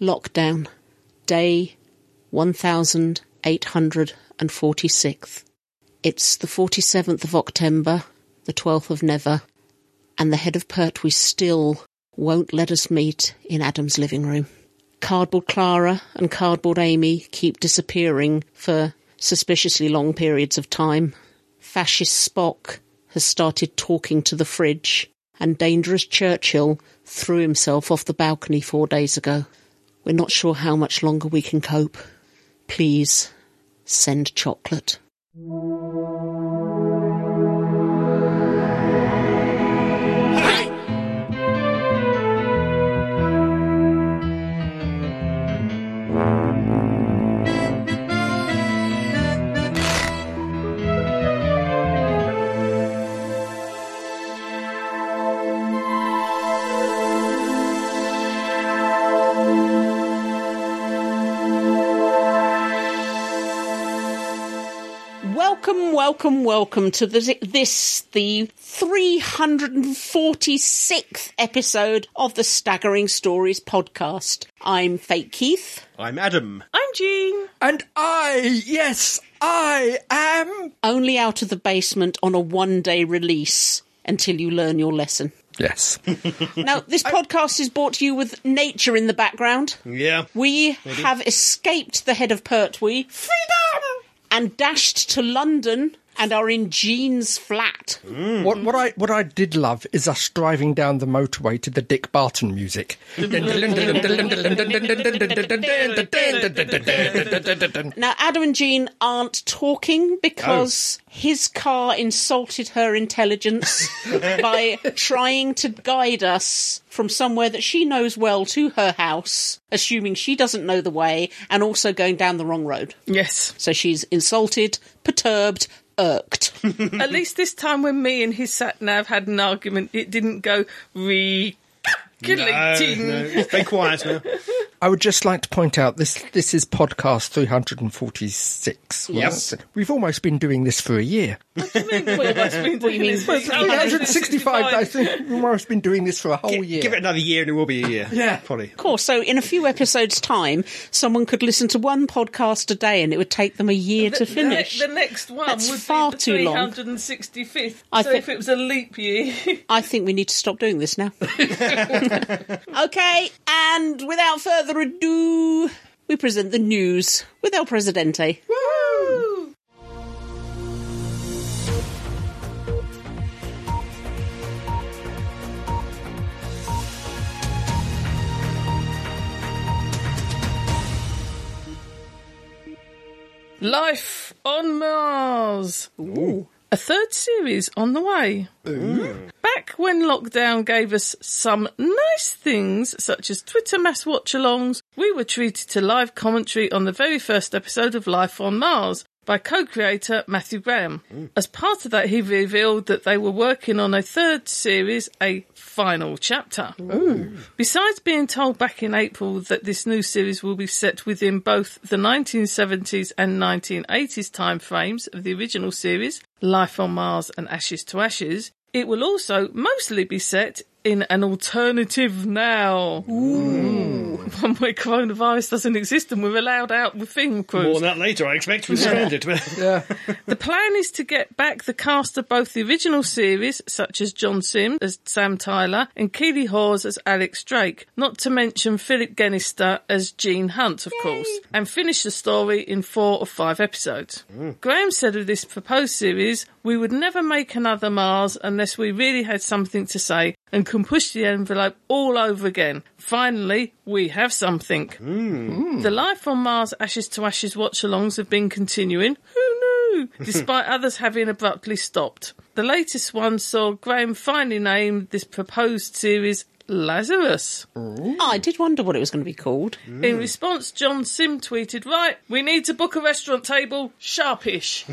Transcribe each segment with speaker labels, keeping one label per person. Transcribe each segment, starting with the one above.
Speaker 1: Lockdown, day 1846. It's the 47th of October, the 12th of Never, and the head of Pertwee still won't let us meet in Adam's living room. Cardboard Clara and Cardboard Amy keep disappearing for suspiciously long periods of time. Fascist Spock has started talking to the fridge, and dangerous Churchill threw himself off the balcony four days ago. We're not sure how much longer we can cope. Please send chocolate. Welcome, welcome, welcome to the, this, the 346th episode of the Staggering Stories podcast. I'm Fake Keith.
Speaker 2: I'm Adam.
Speaker 3: I'm Jean.
Speaker 4: And I, yes, I am.
Speaker 1: only out of the basement on a one day release until you learn your lesson.
Speaker 4: Yes.
Speaker 1: Now, this podcast is brought to you with nature in the background.
Speaker 2: Yeah.
Speaker 1: We have escaped the head of Pertwee
Speaker 3: Freedom!
Speaker 1: and dashed to London and are in Jean's flat.
Speaker 4: what, what I what I did love is us driving down the motorway to the Dick Barton music.
Speaker 1: Now, Adam and Jean aren't talking because his car insulted her intelligence by trying to guide us from somewhere that she knows well to her house, assuming she doesn't know the way and also going down the wrong road.
Speaker 3: Yes.
Speaker 1: So she's insulted, perturbed, irked.
Speaker 3: At least this time when me and his sat nav had an argument, it didn't go re.
Speaker 2: Uh, no, it's very quiet now.
Speaker 4: Oh, I would just like to point out this this is podcast 346. wasn't
Speaker 2: Yes.
Speaker 4: it? We've almost been doing this for a year. I think we've almost been doing this for a whole year.
Speaker 2: Give it another year and it will be a year.
Speaker 4: Yeah.
Speaker 2: Probably.
Speaker 1: Of course, so in a few episodes' time, someone could listen to one podcast a day and it would take them a year to finish.
Speaker 3: The, the next one
Speaker 1: That's
Speaker 3: would
Speaker 1: far
Speaker 3: be the
Speaker 1: too long.
Speaker 3: 365th.
Speaker 1: I
Speaker 3: so
Speaker 1: thi-
Speaker 3: if it was a leap year,
Speaker 1: I think we need to stop doing this now. okay, and without further ado, we present the news with El Presidente.
Speaker 2: Hmm.
Speaker 3: Life on Mars. A third series on the way. Back when lockdown gave us some nice things, such as Twitter mass watch alongs, we were treated to live commentary on the very first episode of Life on Mars by co creator Matthew Graham. As part of that, he revealed that they were working on a third series, a final chapter. Besides being told back in April that this new series will be set within both the 1970s and 1980s time frames of the original series, Life on Mars and Ashes to Ashes, it will also mostly be set in an alternative now. One where coronavirus doesn't exist and we're allowed out with film crews.
Speaker 2: More on that later, I expect. We're stranded.
Speaker 4: Yeah.
Speaker 3: The plan is to get back the cast of both the original series, such as John Sim as Sam Tyler and Keely Hawes as Alex Drake, not to mention Philip Gennister as Gene Hunt, of course, and finish the story in four or five episodes. Graham said of this proposed series, we would never make another Mars unless we really had something to say and can push the envelope all over again. Finally, we have something. The Life on Mars Ashes to Ashes watch alongs have been continuing. Who knew? Despite others having abruptly stopped. The latest one saw Graham finally name this proposed series Lazarus.
Speaker 1: I did wonder what it was going to be called.
Speaker 2: Hmm.
Speaker 4: Mm.
Speaker 3: In response, John Sim tweeted, Right, we need to book a restaurant table sharpish.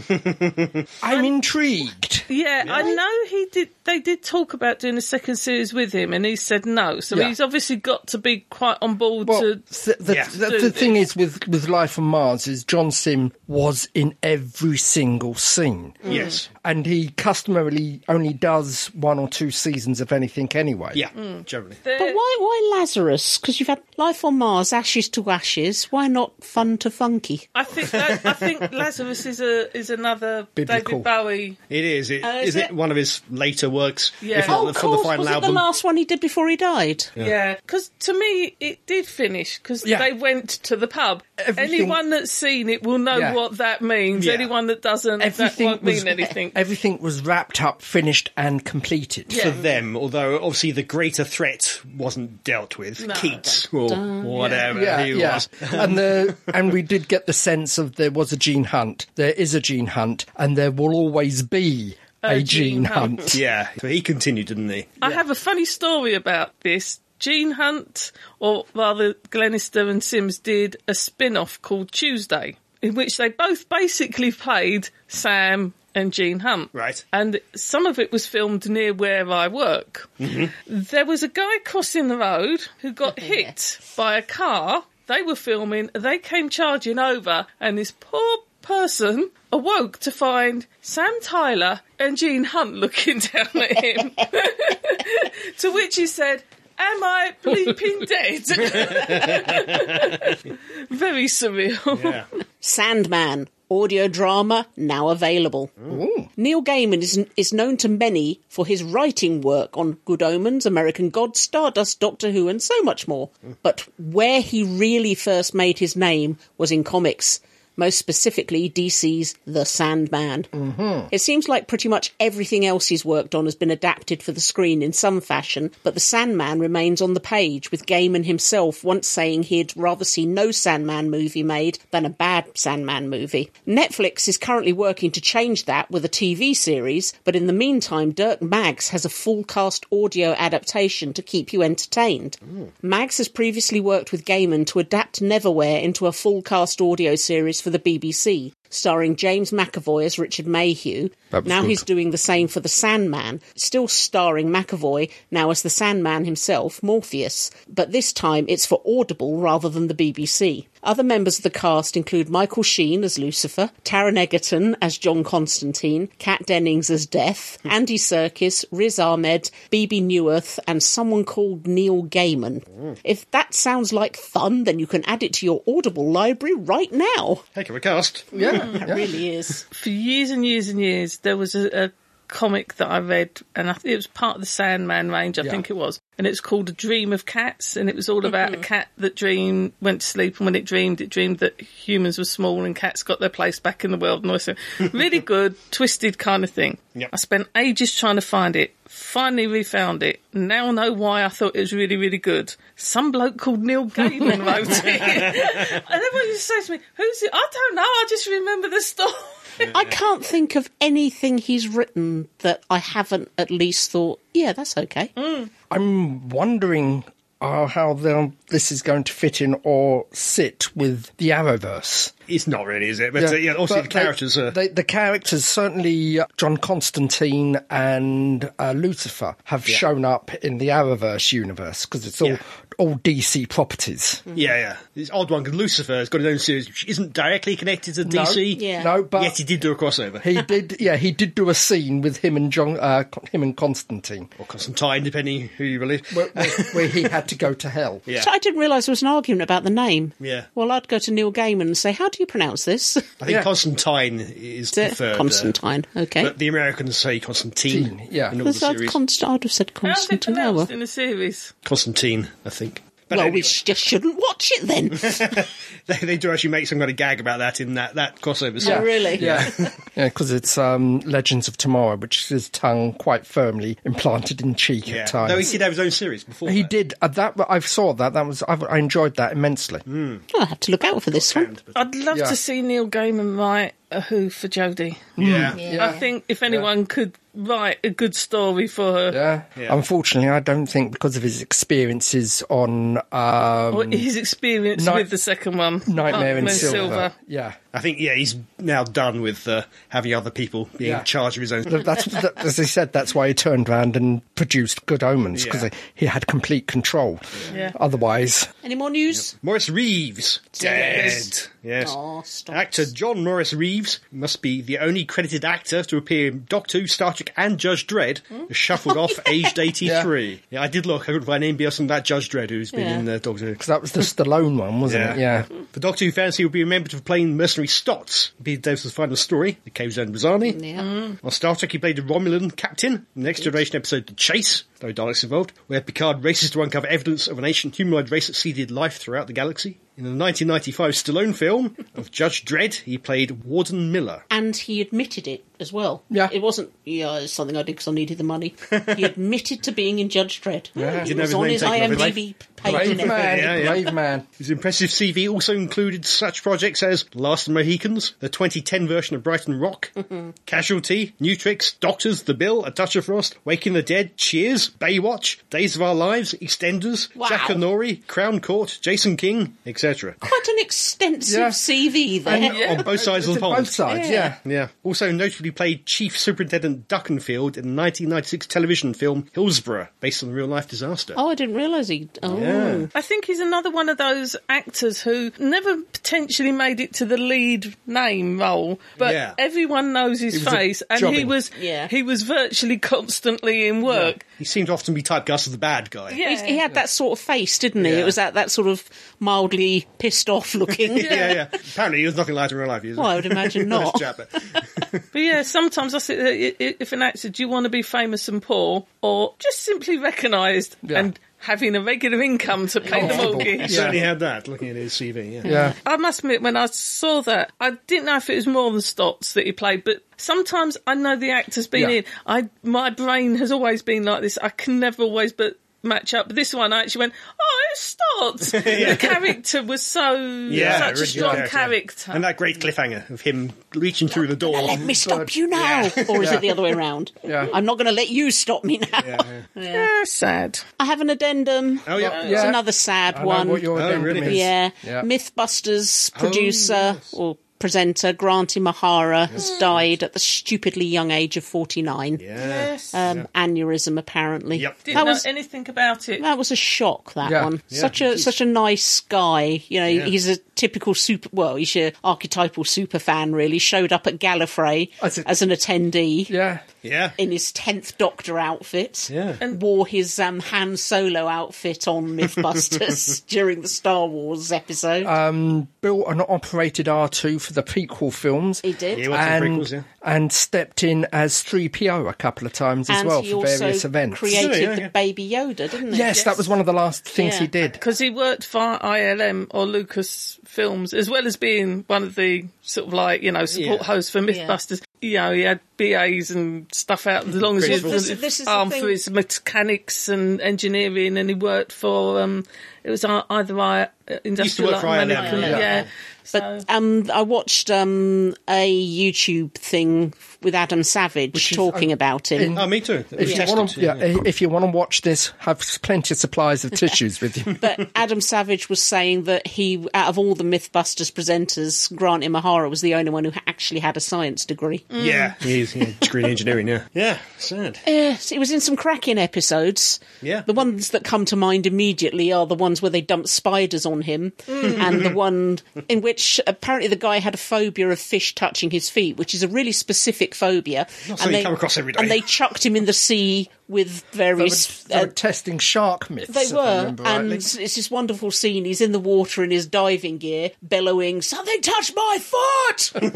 Speaker 4: I'm intrigued.
Speaker 3: Yeah, I know he did. They did talk about doing a second series with him, and he said no. So
Speaker 4: Yeah.
Speaker 3: he's obviously got to be quite on board
Speaker 4: Well,
Speaker 3: to.
Speaker 4: th- the,
Speaker 2: Yeah.
Speaker 4: the, the thing is with, with Life on Mars is John Sim was in every single scene.
Speaker 2: Yes.
Speaker 4: And he customarily only does one or two seasons of anything anyway.
Speaker 1: Hmm.
Speaker 2: Yeah. family.
Speaker 1: But why why Lazarus? Because you've had Life on Mars, Ashes to Ashes. Why not Fun to Funky?
Speaker 3: I think that, I think Lazarus is a is another
Speaker 4: Biblical.
Speaker 3: David Bowie.
Speaker 2: It is. It,
Speaker 1: Oh, is
Speaker 2: is it,
Speaker 1: it?
Speaker 2: one of his later works?
Speaker 3: Yeah.
Speaker 2: If not
Speaker 3: Oh,
Speaker 2: the,
Speaker 1: of
Speaker 2: from the
Speaker 1: course,
Speaker 2: final
Speaker 1: was it
Speaker 2: album.
Speaker 1: the last one he did before he died?
Speaker 3: Yeah, because to me it did finish because
Speaker 4: Yeah.
Speaker 3: they went to the pub.
Speaker 4: Everything-
Speaker 3: Anyone that's seen it will know
Speaker 4: Yeah.
Speaker 3: what that means.
Speaker 2: Yeah.
Speaker 3: Anyone that doesn't,
Speaker 4: Everything
Speaker 3: that won't
Speaker 4: was
Speaker 3: mean anything.
Speaker 4: everything was wrapped up, finished, and completed.
Speaker 2: for
Speaker 3: Yeah.
Speaker 2: them, although obviously the greater threat wasn't dealt with.
Speaker 3: No,
Speaker 2: Keats or whatever
Speaker 4: Yeah,
Speaker 2: he
Speaker 4: yeah.
Speaker 2: was.
Speaker 4: and the and we did get the sense of there was a Gene Hunt, there is a Gene Hunt, and there will always be a, Gene,
Speaker 3: Gene
Speaker 4: Hunt.
Speaker 3: Hunt.
Speaker 2: Yeah, so he continued, didn't he?
Speaker 3: I have a funny story about this. Gene Hunt, or rather Glenister and Sims, did a spin off called Tuesday, in which they both basically played Sam and Gene Hunt.
Speaker 2: Right.
Speaker 3: And some of it was filmed near where I work. There was a guy crossing the road who got hit by a car. They were filming, they came charging over, and this poor person awoke to find Sam Tyler and Gene Hunt looking down at him. to which he said, Am I bleeping dead? Very surreal.
Speaker 2: Yeah.
Speaker 1: Sandman, audio drama, now available. Neil Gaiman is, is known to many for his writing work on Good Omens, American Gods, Stardust, Doctor Who, and so much more. But where he really first made his name was in comics. Most specifically, DC's The Sandman. It seems like pretty much everything else he's worked on has been adapted for the screen in some fashion, but The Sandman remains on the page, with Gaiman himself once saying he'd rather see no Sandman movie made than a bad Sandman movie. Netflix is currently working to change that with a TV series, but in the meantime, Dirk Maggs has a full cast audio adaptation to keep you entertained. Maggs has previously worked with Gaiman to adapt Neverwhere into a full cast audio series for the BBC starring James McAvoy as Richard Mayhew.
Speaker 4: That was
Speaker 1: Now
Speaker 4: good.
Speaker 1: he's doing the same for The Sandman, still starring McAvoy, now as The Sandman himself, Morpheus, but this time it's for Audible rather than the BBC. Other members of the cast include Michael Sheen as Lucifer, Taron Egerton as John Constantine, Kat Dennings as Death, Andy Serkis, Riz Ahmed, BB Newirth, and someone called Neil
Speaker 4: Mm.
Speaker 1: Gaiman. If that sounds like fun, then you can add it to your Audible library right now.
Speaker 2: Heck of a cast.
Speaker 4: Yeah, yeah.
Speaker 1: Really is.
Speaker 3: for years and years and years, there was a, a comic that I read, and I think it was part of the Sandman range, I
Speaker 4: Yeah.
Speaker 3: think it was, and it was called A Dream of Cats, and it was all about a cat that dreamed, went to sleep, and when it dreamed, it dreamed that humans were small and cats got their place back in the world, and all this. really good, twisted kind of thing.
Speaker 2: Yep.
Speaker 3: I spent ages trying to find it. Finally, we found it. Now I know why I thought it was really, really good. Some bloke called Neil Gaiman wrote it. and everyone used to say to me, "Who's it?" I don't know. I just remember the story.
Speaker 1: I can't think of anything he's written that I haven't at least thought, yeah, that's okay.
Speaker 2: Mm.
Speaker 4: I'm wondering uh, how the, this is going to fit in or sit with the Arrowverse.
Speaker 2: It's not really, is it? But yeah, yeah obviously
Speaker 4: but
Speaker 2: the characters
Speaker 4: they,
Speaker 2: are.
Speaker 4: they- the characters certainly uh, John Constantine and uh, Lucifer have shown up in the Arrowverse universe because it's all
Speaker 2: Yeah.
Speaker 4: all DC properties.
Speaker 2: yeah, yeah. It's an odd one because Lucifer has got his own series which isn't directly connected to DC.
Speaker 1: Yeah.
Speaker 4: No, but
Speaker 2: Yet he did do a crossover.
Speaker 4: he did. Yeah, he did do a scene with him and John, uh, Con- him and Constantine,
Speaker 2: or Constantine, depending who you believe.
Speaker 4: where, where, where he had to go to hell.
Speaker 2: yeah.
Speaker 1: So I didn't realise there was an argument about the name.
Speaker 2: Yeah.
Speaker 1: Well, I'd go to Neil Gaiman and say, how do you pronounce this?
Speaker 2: I think
Speaker 4: Yeah.
Speaker 2: Constantine is preferred. uh,
Speaker 1: Constantine. Okay.
Speaker 2: But the Americans say Constantine.
Speaker 4: Teen, yeah.
Speaker 2: In all the
Speaker 1: Because I'd,
Speaker 2: series.
Speaker 1: const- I'd have said
Speaker 3: How's it
Speaker 1: Constantine. Oh, well,
Speaker 3: pronounced in the series?
Speaker 2: Constantine, I think. But
Speaker 1: well
Speaker 2: anyway,
Speaker 1: we sh- just shouldn't watch it then.
Speaker 2: they, they do actually make some kind of gag about that in that, that crossover series.
Speaker 1: Oh, really?
Speaker 4: Yeah, yeah, because it's um, Legends of Tomorrow, which is his tongue quite firmly implanted in cheek
Speaker 2: Yeah.
Speaker 4: at times.
Speaker 2: No, he did have his own series before.
Speaker 4: He
Speaker 2: that.
Speaker 4: did uh, that. I saw that. That was I, I enjoyed that immensely.
Speaker 1: I'll have to look out for this one.
Speaker 3: I'd love
Speaker 4: Yeah.
Speaker 3: to see Neil Gaiman write a Who for Jodie.
Speaker 2: Yeah.
Speaker 4: Mm.
Speaker 3: I think if anyone could write a good story for her,
Speaker 4: Yeah.
Speaker 2: Yeah.
Speaker 4: Unfortunately, I don't think because of his experiences on um,
Speaker 1: Oh,
Speaker 3: or his experience
Speaker 4: Night-
Speaker 3: with the second one,
Speaker 4: Nightmare in
Speaker 3: Hartman
Speaker 4: Silver. Yeah.
Speaker 2: I think, yeah, he's now done with uh, having other people being
Speaker 4: Yeah.
Speaker 2: in charge of his own.
Speaker 4: Th- That's that, as I said. That's why he turned around and produced Good Omens because
Speaker 2: Yeah.
Speaker 4: he had complete control.
Speaker 3: Yeah.
Speaker 4: Otherwise,
Speaker 1: Any more news?
Speaker 2: Morris Reeves. Dead.
Speaker 1: Yes.
Speaker 2: Yes.
Speaker 1: Aw, stop.
Speaker 2: Actor John Morris Reeves must be the only credited actor to appear in Doctor Who, Star Trek, and Judge Dredd,
Speaker 1: Hmm?
Speaker 2: shuffled off aged 83. Yeah. I did look. I couldn't find anybody else than that Judge Dredd who's been
Speaker 1: Yeah.
Speaker 2: in uh, Doctor Who.
Speaker 4: Because that was the Stallone one, wasn't it? Yeah.
Speaker 2: The Doctor Who fans who would be remembered for playing mercenary Stotts. Peter Davis's final story, The Caves and Rosani.
Speaker 1: Yeah.
Speaker 2: On Star Trek, he played a Romulan captain in the Next Generation episode The Chase, no Daleks involved, where Picard races to uncover evidence of an ancient humanoid race that seeded life throughout the galaxy. In the 1995 Stallone film of Judge Dredd, he played Warden Miller.
Speaker 1: And he admitted it as well.
Speaker 4: Yeah.
Speaker 1: It wasn't, yeah, it's something I did because I needed the money. he admitted to being in Judge Dredd.
Speaker 2: Yeah.
Speaker 1: It
Speaker 2: Didn't
Speaker 1: was
Speaker 2: have his
Speaker 1: on
Speaker 2: name
Speaker 1: his
Speaker 2: taken off his
Speaker 1: IMDb page and
Speaker 4: Brave
Speaker 1: everything.
Speaker 4: man,
Speaker 2: Yeah, yeah.
Speaker 4: brave man.
Speaker 2: His impressive CV also included such projects as Last of the Mohicans, the 2010 version of Brighton Rock, Casualty, New Tricks, Doctors, The Bill, A Touch of Frost, Waking the Dead, Cheers, Baywatch, Days of Our Lives, EastEnders,
Speaker 1: Wow.
Speaker 2: Jack O'Norrie, Crown Court, Jason King, etc.
Speaker 1: Quite an extensive
Speaker 4: Yeah.
Speaker 1: CV there.
Speaker 2: On both sides of the pond.
Speaker 4: Both sides, yeah.
Speaker 2: Yeah. Also notably played Chief Superintendent Duckenfield in the 1996 television film Hillsborough, based on the real life disaster.
Speaker 1: Oh, I didn't realise he. Oh.
Speaker 2: Yeah.
Speaker 3: I think he's another one of those actors who never potentially made it to the lead name role, but
Speaker 2: Yeah.
Speaker 3: everyone knows his
Speaker 2: was a
Speaker 3: face, and he
Speaker 2: jobbing.
Speaker 3: was
Speaker 1: Yeah.
Speaker 3: he was virtually constantly in work.
Speaker 2: He seemed to often be typecast as the bad guy.
Speaker 3: Yeah,
Speaker 1: He's- He had that sort of face, didn't he?
Speaker 2: Yeah.
Speaker 1: It was that, that sort of mildly pissed off looking.
Speaker 2: yeah, yeah. Apparently, he was nothing like that in real life. He was a
Speaker 1: Well, I would imagine
Speaker 2: nice
Speaker 1: not.
Speaker 2: chap, but-
Speaker 3: but yeah. Sometimes I sit there, i- i- if an actor, do you want to be famous and poor, or just simply recognised
Speaker 4: Yeah.
Speaker 3: and having a regular income to pay the
Speaker 4: Comfortable.
Speaker 3: mortgage?
Speaker 4: Yeah.
Speaker 2: certainly had that looking at his CV. Yeah.
Speaker 1: Uh,
Speaker 4: Yeah.
Speaker 3: I must admit, when I saw that, I didn't know if it was more than Stotts that he played, but sometimes I know the actor's been
Speaker 4: Yeah.
Speaker 3: in. I my brain has always been like this. I can never always but match up. But this one, I actually went, oh, it's Stotts. The character was so such a
Speaker 2: original
Speaker 3: strong character.
Speaker 2: And that great cliffhanger of him reaching through the door.
Speaker 1: Let me stop you now! Or is it the other way around?
Speaker 4: Yeah.
Speaker 1: I'm not going to let you stop me now.
Speaker 3: yeah, sad.
Speaker 1: I have an addendum.
Speaker 2: Oh, yeah.
Speaker 1: It's
Speaker 4: Yeah.
Speaker 1: another sad
Speaker 4: I know
Speaker 1: one.
Speaker 4: what your
Speaker 2: Oh,
Speaker 4: addendum
Speaker 2: really?
Speaker 4: is.
Speaker 1: Yeah.
Speaker 4: Yeah.
Speaker 1: Mythbusters producer or presenter Grant Imahara has died at the stupidly young age of 49.
Speaker 2: Yeah.
Speaker 3: Yes.
Speaker 1: Um, Aneurysm, apparently.
Speaker 2: Yep.
Speaker 3: didn't
Speaker 1: That
Speaker 3: know
Speaker 1: was
Speaker 3: anything about it.
Speaker 1: that was a shock. That
Speaker 4: Yeah.
Speaker 1: one,
Speaker 2: Yeah.
Speaker 1: such a
Speaker 2: Jeez.
Speaker 1: such a nice guy. You know,
Speaker 2: Yeah.
Speaker 1: he's a typical super. Well, he's your archetypal super fan. Really, showed up at Gallifrey
Speaker 4: As
Speaker 1: as,
Speaker 4: a-
Speaker 1: an attendee
Speaker 4: Yeah.
Speaker 2: Yeah.
Speaker 1: in his tenth Doctor outfit.
Speaker 2: Yeah.
Speaker 1: And wore his um, Han Solo outfit on MythBusters during the Star Wars episode.
Speaker 4: Built and operated R2 for the prequel films.
Speaker 1: he did.
Speaker 2: He was in
Speaker 4: And,
Speaker 2: prequels, yeah.
Speaker 4: and stepped in as 3PO a couple of times as
Speaker 1: and
Speaker 4: well
Speaker 1: he
Speaker 4: for
Speaker 1: also
Speaker 4: various events.
Speaker 1: created
Speaker 2: Yeah, yeah, yeah.
Speaker 1: the Baby Yoda, didn't he?
Speaker 4: yes, that was one of the last things
Speaker 1: Yeah.
Speaker 4: he did.
Speaker 3: because he worked for ILM or Lucas Films, as well as being one of the sort of like you know support
Speaker 2: Yeah.
Speaker 3: hosts for MythBusters. You know, he had BAs and stuff out as long as he was
Speaker 2: Well,
Speaker 1: this is- this is the
Speaker 3: armed
Speaker 1: thing-
Speaker 3: for his mechanics and engineering, and he worked for um, it was ei- either I uh,
Speaker 2: used to
Speaker 3: industrial
Speaker 2: work for
Speaker 3: Light-
Speaker 2: ILM,
Speaker 3: Mannequin-
Speaker 2: yeah.
Speaker 3: yeah.
Speaker 1: But um, I watched um, a YouTube thing with Adam Savage
Speaker 4: uh,
Speaker 1: talking about him.
Speaker 2: Oh, me too. It was
Speaker 4: If you,
Speaker 2: tested
Speaker 4: want
Speaker 2: to,
Speaker 4: to, yeah, if you want to watch this, have plenty of supplies of tissues with you.
Speaker 1: but Adam Savage was saying that he, out of all the MythBusters presenters, Grant Imahara was the only one who ha- actually had a science degree.
Speaker 4: Mm.
Speaker 2: Yeah, he's yeah, screen engineering. Yeah, yeah, sad.
Speaker 1: Yes, it was in some cracking episodes.
Speaker 2: Yeah.
Speaker 1: the ones that come to mind immediately are the ones where they dump spiders on him,
Speaker 2: Mm.
Speaker 1: and the one in which apparently the guy had a phobia of fish touching his feet, which is a really specific phobia.
Speaker 2: Not something you come across every day.
Speaker 1: And they chucked him in the sea with various.
Speaker 4: They were
Speaker 1: uh,
Speaker 4: testing shark myths.
Speaker 1: They
Speaker 4: if I
Speaker 1: were,
Speaker 4: remember
Speaker 1: and
Speaker 4: rightly.
Speaker 1: it's this wonderful scene. He's in the water in his diving gear, bellowing, "Something touched my foot!"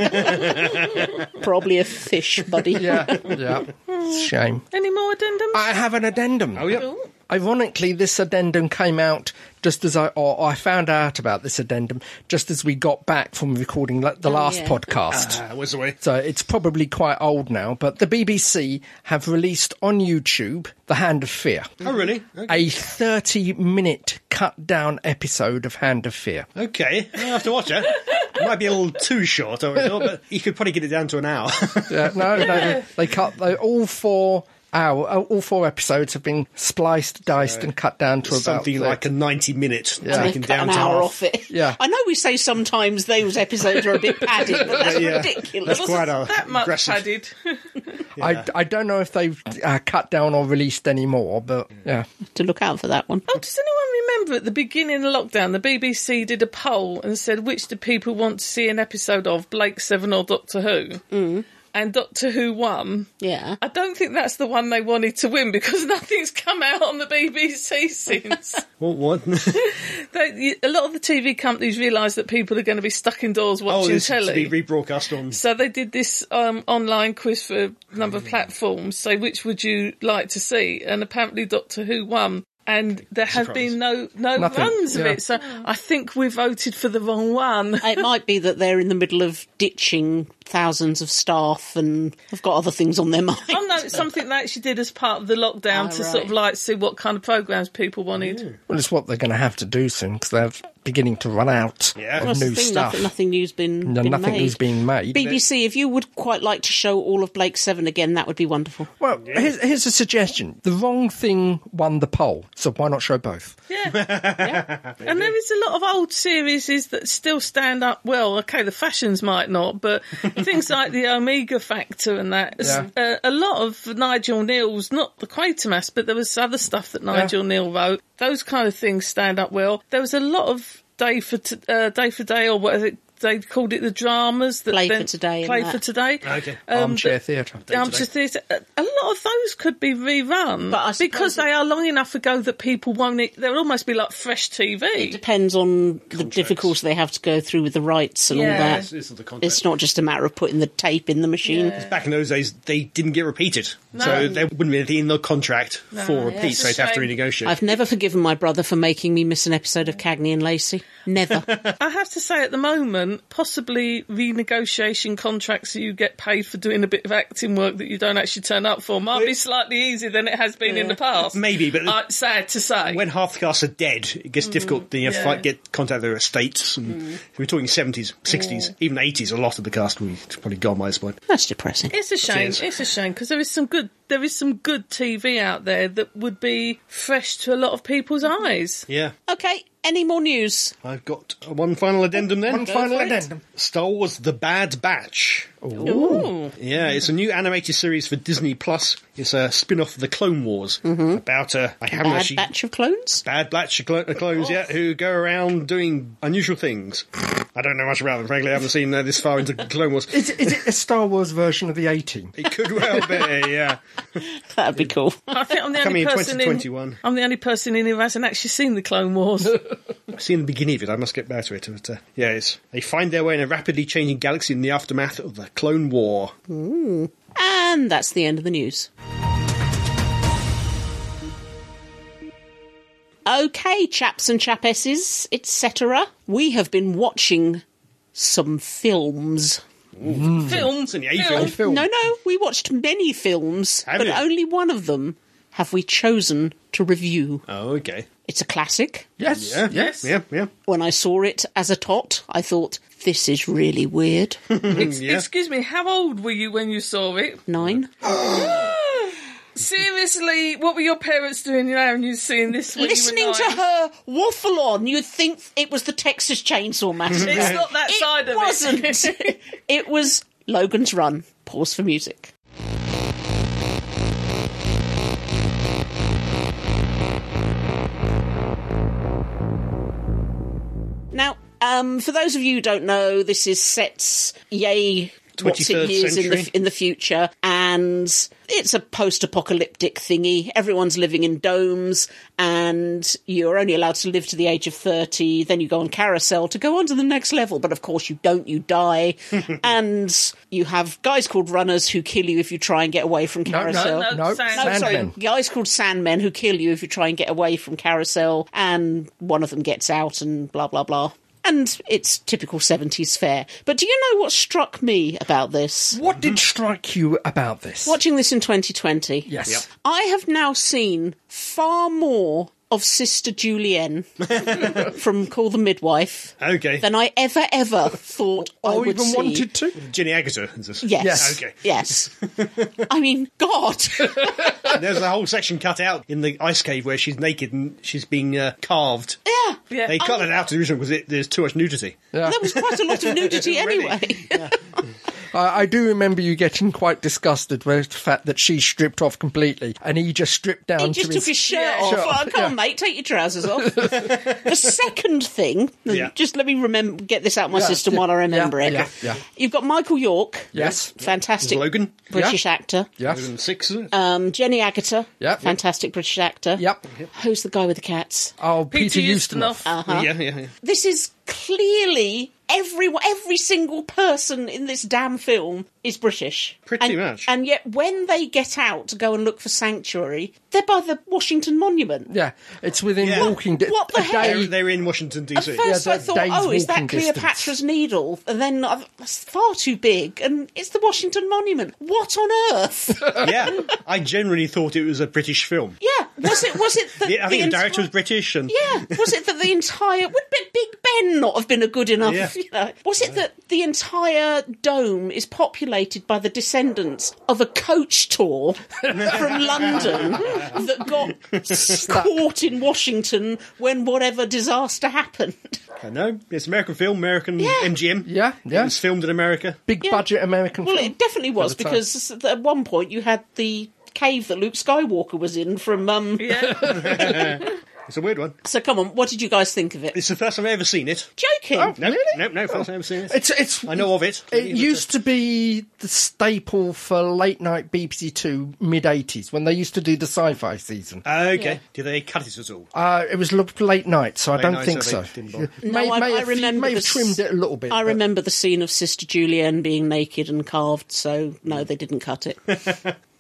Speaker 1: Probably a fish, buddy.
Speaker 4: yeah, yeah, shame.
Speaker 3: Any more addendums?
Speaker 4: I have an addendum.
Speaker 2: Oh, yeah.
Speaker 3: Cool.
Speaker 4: Ironically, this addendum came out just as I, or I found out about this addendum just as we got back from recording la- the
Speaker 1: Oh,
Speaker 4: last
Speaker 1: yeah.
Speaker 4: podcast.
Speaker 2: Ah, was the way.
Speaker 4: So it's probably quite old now, but the BBC have released on YouTube The Hand of Fear,
Speaker 2: Oh, really? Okay.
Speaker 4: a 30 minute cut down episode of Hand of Fear.
Speaker 2: okay. I'll have to watch it. It might be a little too short, I would have thought, but you could probably get it down to an hour.
Speaker 4: Yeah, no, no, they cut they, all four hour, uh, all four episodes have been spliced, diced, and cut down to about
Speaker 2: Something
Speaker 4: 30.
Speaker 2: like a 90 minute
Speaker 4: Yeah.
Speaker 1: They
Speaker 2: taken
Speaker 1: cut
Speaker 2: down
Speaker 1: an
Speaker 2: to
Speaker 1: hour
Speaker 2: half.
Speaker 1: off it.
Speaker 4: Yeah.
Speaker 1: I know we say sometimes those episodes are a bit padded, but that's
Speaker 2: Yeah.
Speaker 1: ridiculous.
Speaker 2: That's quite a
Speaker 3: that much
Speaker 2: aggressive.
Speaker 3: padded.
Speaker 4: I, I don't know if they've uh, cut down or released any more, but yeah.
Speaker 1: to look out for that one.
Speaker 3: Does anyone remember at the beginning of lockdown, the BBC did a poll and said, which do people want to see an episode of, Blake Seven or Doctor Who? Mm. And Doctor Who won.
Speaker 1: Yeah.
Speaker 3: I don't think that's the one they wanted to win because nothing's come out on the BBC since.
Speaker 2: What? what?
Speaker 3: they, a lot of the TV companies realise that people are going to be stuck indoors
Speaker 2: oh,
Speaker 3: watching
Speaker 2: this is to
Speaker 3: telly.
Speaker 2: be rebroadcast on.
Speaker 3: So they did this um, online quiz for a number
Speaker 4: Oh,
Speaker 3: of platforms. So which would you like to see? And apparently Doctor Who won. And there have
Speaker 2: Surprise.
Speaker 3: been no no
Speaker 4: Nothing,
Speaker 3: runs of
Speaker 4: yeah.
Speaker 3: it. So
Speaker 1: Oh.
Speaker 3: I think we voted for the wrong one.
Speaker 1: it might be that they're in the middle of ditching thousands of staff and have got other things on their mind.
Speaker 3: Oh no, it's something they actually did as part of the lockdown
Speaker 1: Ah,
Speaker 3: to sort of
Speaker 1: right.
Speaker 3: like see what kind of programs people wanted.
Speaker 4: Well, it's what they're going to have to do soon because they're beginning to run out
Speaker 2: Yeah.
Speaker 4: of
Speaker 1: That's the
Speaker 4: new
Speaker 1: thing,
Speaker 4: stuff.
Speaker 1: Nothing, nothing new's been,
Speaker 4: No,
Speaker 1: been
Speaker 4: nothing
Speaker 1: made.
Speaker 4: is being made.
Speaker 1: BBC, if you would quite like to show all of Blake Seven again, that would be wonderful.
Speaker 4: Well, here's, here's a suggestion. The wrong thing won the poll, so why not show both?
Speaker 3: Yeah. And there is a lot of old series that still stand up well. Okay, the fashions might not, but things like the Omega Factor and that.
Speaker 4: Yeah.
Speaker 3: Uh, a lot of Nigel Neal's, not the Quatermass, but there was other stuff that Nigel Neal wrote. Those kind of things stand up well. There was a lot of day for t- uh, day for day or whatever. it- They called it the dramas that
Speaker 1: Play for
Speaker 3: then-
Speaker 1: Today and
Speaker 3: Play
Speaker 1: that.
Speaker 3: for today.
Speaker 2: Okay.
Speaker 3: Um,
Speaker 4: Armchair
Speaker 3: that-
Speaker 4: theatre.
Speaker 3: the Armchair Theatre. A a lot of those could be rerun,
Speaker 1: But I suppose
Speaker 3: because they are long enough ago that people won't. e- They'll almost be like fresh TV.
Speaker 1: Depends on the difficulty they have to go through with the rights and all
Speaker 3: Yeah.
Speaker 1: that.
Speaker 2: This is the concept.
Speaker 1: It's not just a matter of putting the tape in the machine.
Speaker 2: Back in those days, they didn't get repeated, so there wouldn't be anything in the contract for
Speaker 3: yeah.
Speaker 2: repeat, so they'd
Speaker 3: It's a
Speaker 2: have to
Speaker 3: shame.
Speaker 2: renegotiate.
Speaker 1: I've never forgiven my brother for making me miss an episode of Cagney and Lacey. Never.
Speaker 3: I have to say, at the moment, possibly renegotiating contracts that you get paid for doing a bit of acting work that you don't actually turn up for might be slightly easier than it has been in the past.
Speaker 2: Maybe, but-
Speaker 3: uh, sad to say.
Speaker 2: when half the cast are dead, it gets difficult. Then you have to
Speaker 3: yeah.
Speaker 2: fight, get contact their estates. And We're talking seventies, sixties, even eighties. A lot of the cast will be probably gone by this point.
Speaker 1: That's depressing.
Speaker 3: It's a shame.
Speaker 2: Cheers.
Speaker 3: It's a shame because there is some good there is some good TV out there that would be fresh to a lot of people's eyes.
Speaker 2: Yeah,
Speaker 1: Okay, any more news?
Speaker 2: I've got uh, one final addendum then.
Speaker 4: One final
Speaker 1: for it.
Speaker 4: addendum.
Speaker 2: Star Wars: The Bad Batch.
Speaker 3: Ooh.
Speaker 2: Yeah, it's a new animated series for Disney Plus. It's a spin-off of the Clone Wars about a I haven't
Speaker 1: Bad
Speaker 2: actually
Speaker 1: batch of clones?
Speaker 2: bad batch of clo- of clones, yeah, who go around doing unusual things. I don't know much about them, frankly. I haven't seen uh, this far into Clone Wars.
Speaker 4: Is, it- is it a Star Wars version of the 18?
Speaker 2: It could well be, yeah.
Speaker 1: That'd be cool.
Speaker 3: I think I'm the
Speaker 2: Coming
Speaker 3: only
Speaker 2: in
Speaker 3: person
Speaker 2: 2021.
Speaker 3: I'm the only person in here who hasn't actually seen the Clone Wars.
Speaker 2: seen the beginning of it. I must get back to it. But, uh, yeah, it's, they find their way in a rapidly changing galaxy in the aftermath of the Clone War.
Speaker 1: And that's the end of the news. Okay, chaps and chapesses, etc. We have been watching some films.
Speaker 2: Oh.
Speaker 3: film,
Speaker 2: an A
Speaker 3: film.
Speaker 2: film.
Speaker 4: Film.
Speaker 1: No, no, we watched many films,
Speaker 2: Have
Speaker 1: but
Speaker 2: you?
Speaker 1: only one of them have we chosen to review.
Speaker 2: Oh, okay.
Speaker 1: It's a classic.
Speaker 4: Yes.
Speaker 2: Yeah,
Speaker 3: Yes.
Speaker 2: yeah, yeah.
Speaker 1: When I saw it as a tot, I thought, this is really weird.
Speaker 3: Ex-
Speaker 2: Mm, yeah.
Speaker 3: Excuse me, how old were you when you saw it?
Speaker 1: Nine.
Speaker 3: Seriously, what were your parents doing now and you seeing this? When you
Speaker 1: Listening
Speaker 3: were
Speaker 1: to
Speaker 3: nine?
Speaker 1: her waffle on, you'd think it was the Texas Chainsaw Massacre.
Speaker 3: It's not that side of
Speaker 1: wasn't.
Speaker 3: it.
Speaker 1: it was Logan's Run. Pause for music. Now, um, for those of you who don't know, this is sets yay. What's it
Speaker 2: 23rd
Speaker 1: years in the,
Speaker 2: century.
Speaker 1: in the future, and it's a post apocalyptic thingy. Everyone's living in domes, and you're only allowed to live to the age of 30. Then you go on carousel to go on to the next level, but of course, you don't, you die. and you have guys called runners who kill you if you try and get away from
Speaker 4: No,
Speaker 1: carousel.
Speaker 4: no, no.
Speaker 3: No, Sand-
Speaker 1: No, sorry,
Speaker 4: Sandman.
Speaker 1: guys called Sandmen who kill you if you try and get away from Carousel, and one of them gets out and blah, blah, blah. And it's typical 70s fare. But do you know what struck me about this?
Speaker 4: What did strike you about this?
Speaker 1: Watching this in 2020,
Speaker 4: Yes.
Speaker 1: I have now seen far more of Sister Julienne from Call the Midwife
Speaker 2: Okay.
Speaker 1: than I ever, ever thought I
Speaker 4: Or
Speaker 1: would
Speaker 4: Oh, even
Speaker 1: see.
Speaker 4: wanted to.
Speaker 2: Jenny Agutter. is this?
Speaker 1: Yes.
Speaker 4: Yes.
Speaker 2: Okay.
Speaker 1: Yes. I mean, God.
Speaker 2: There's a whole section cut out in the ice cave where she's naked and she's being uh, carved.
Speaker 1: yeah.
Speaker 3: Yeah. Oh,
Speaker 2: They cut it out originally because it, there's too much nudity.
Speaker 1: There was quite a lot of nudity
Speaker 2: Already.
Speaker 1: anyway.
Speaker 4: I, I do remember you getting quite disgusted with the fact that she stripped off completely and he just stripped down
Speaker 1: He just
Speaker 4: to
Speaker 1: took
Speaker 4: his.
Speaker 1: his shirt
Speaker 3: Yeah,
Speaker 1: off.
Speaker 4: shirt
Speaker 1: oh,
Speaker 4: off,
Speaker 1: come on, mate, take your trousers off. the second thing,
Speaker 2: Yeah.
Speaker 1: just let me remember, get this out of my
Speaker 4: Yeah,
Speaker 1: system
Speaker 4: yeah,
Speaker 1: while I remember
Speaker 4: yeah,
Speaker 1: it.
Speaker 4: yeah, yeah.
Speaker 1: You've got Michael York.
Speaker 4: Yes.
Speaker 1: Fantastic
Speaker 2: Logan.
Speaker 1: British actor.
Speaker 4: yes.
Speaker 2: Logan 6, isn't it?
Speaker 1: Um, Jenny Agata.
Speaker 4: Yeah.
Speaker 1: Fantastic British actor.
Speaker 4: Yep.
Speaker 1: Who's the guy with the cats?
Speaker 4: Oh, Peter, Ustinov.
Speaker 1: Uh.
Speaker 2: Yeah, yeah, yeah.
Speaker 1: This is clearly every every single person in this damn film is British.
Speaker 2: Pretty
Speaker 1: And-
Speaker 2: much.
Speaker 1: And yet, when they get out to go and look for sanctuary, they're by the Washington Monument.
Speaker 4: Yeah, it's within
Speaker 2: Yeah.
Speaker 4: walking. Di-
Speaker 1: What the
Speaker 4: a
Speaker 1: hell?
Speaker 2: They're,
Speaker 4: day-
Speaker 2: they're in Washington,
Speaker 1: At
Speaker 2: D.C.
Speaker 1: first, I
Speaker 4: that
Speaker 1: thought,
Speaker 4: day's
Speaker 1: oh, is that
Speaker 4: walking distance.
Speaker 1: Cleopatra's needle? And then uh, that's far too big, and it's the Washington Monument. What on earth?
Speaker 2: yeah, I generally thought it was a British film.
Speaker 1: yeah, was it? Was it that
Speaker 2: Yeah, I think the,
Speaker 1: entire-
Speaker 2: director was British, and
Speaker 1: Yeah, was it that the entire would Bi- Big Ben not have been a good enough?
Speaker 2: Yeah.
Speaker 1: You know, was it that the entire dome is populated by the descendants of a coach tour from London that got s- caught in Washington when whatever disaster happened?
Speaker 2: I know it's an American film, American MGM.
Speaker 4: Yeah, yeah.
Speaker 2: it was filmed in America.
Speaker 4: Big
Speaker 1: Yeah.
Speaker 4: budget American
Speaker 1: Well,
Speaker 4: film.
Speaker 1: it definitely was
Speaker 4: the time.
Speaker 1: because at one point you had the cave that Luke Skywalker was in from. Um,
Speaker 3: Yeah.
Speaker 2: It's a weird one.
Speaker 1: so come on, what did you guys think of it?
Speaker 2: It's the first time I've ever seen it.
Speaker 1: Joking.
Speaker 4: Oh.
Speaker 2: No,
Speaker 4: Really?
Speaker 2: no, no, first time I've ever seen it.
Speaker 4: It's it's.
Speaker 2: I know of it.
Speaker 4: It used to be the staple for late night BBC Two mid '80s when they used to do the sci-fi season.
Speaker 2: Okay.
Speaker 1: Yeah.
Speaker 2: Did they cut it at all?
Speaker 4: Uh, it was l- late night, so I don't
Speaker 2: night,
Speaker 4: think
Speaker 2: so
Speaker 4: so.
Speaker 2: they didn't bother.
Speaker 4: May,
Speaker 1: No, I-
Speaker 4: may
Speaker 1: I
Speaker 4: have,
Speaker 1: remember
Speaker 4: may have
Speaker 1: the s-
Speaker 4: trimmed it a little bit.
Speaker 1: I
Speaker 4: but-
Speaker 1: remember the scene of Sister Julianne being naked and carved, so no, they didn't cut it.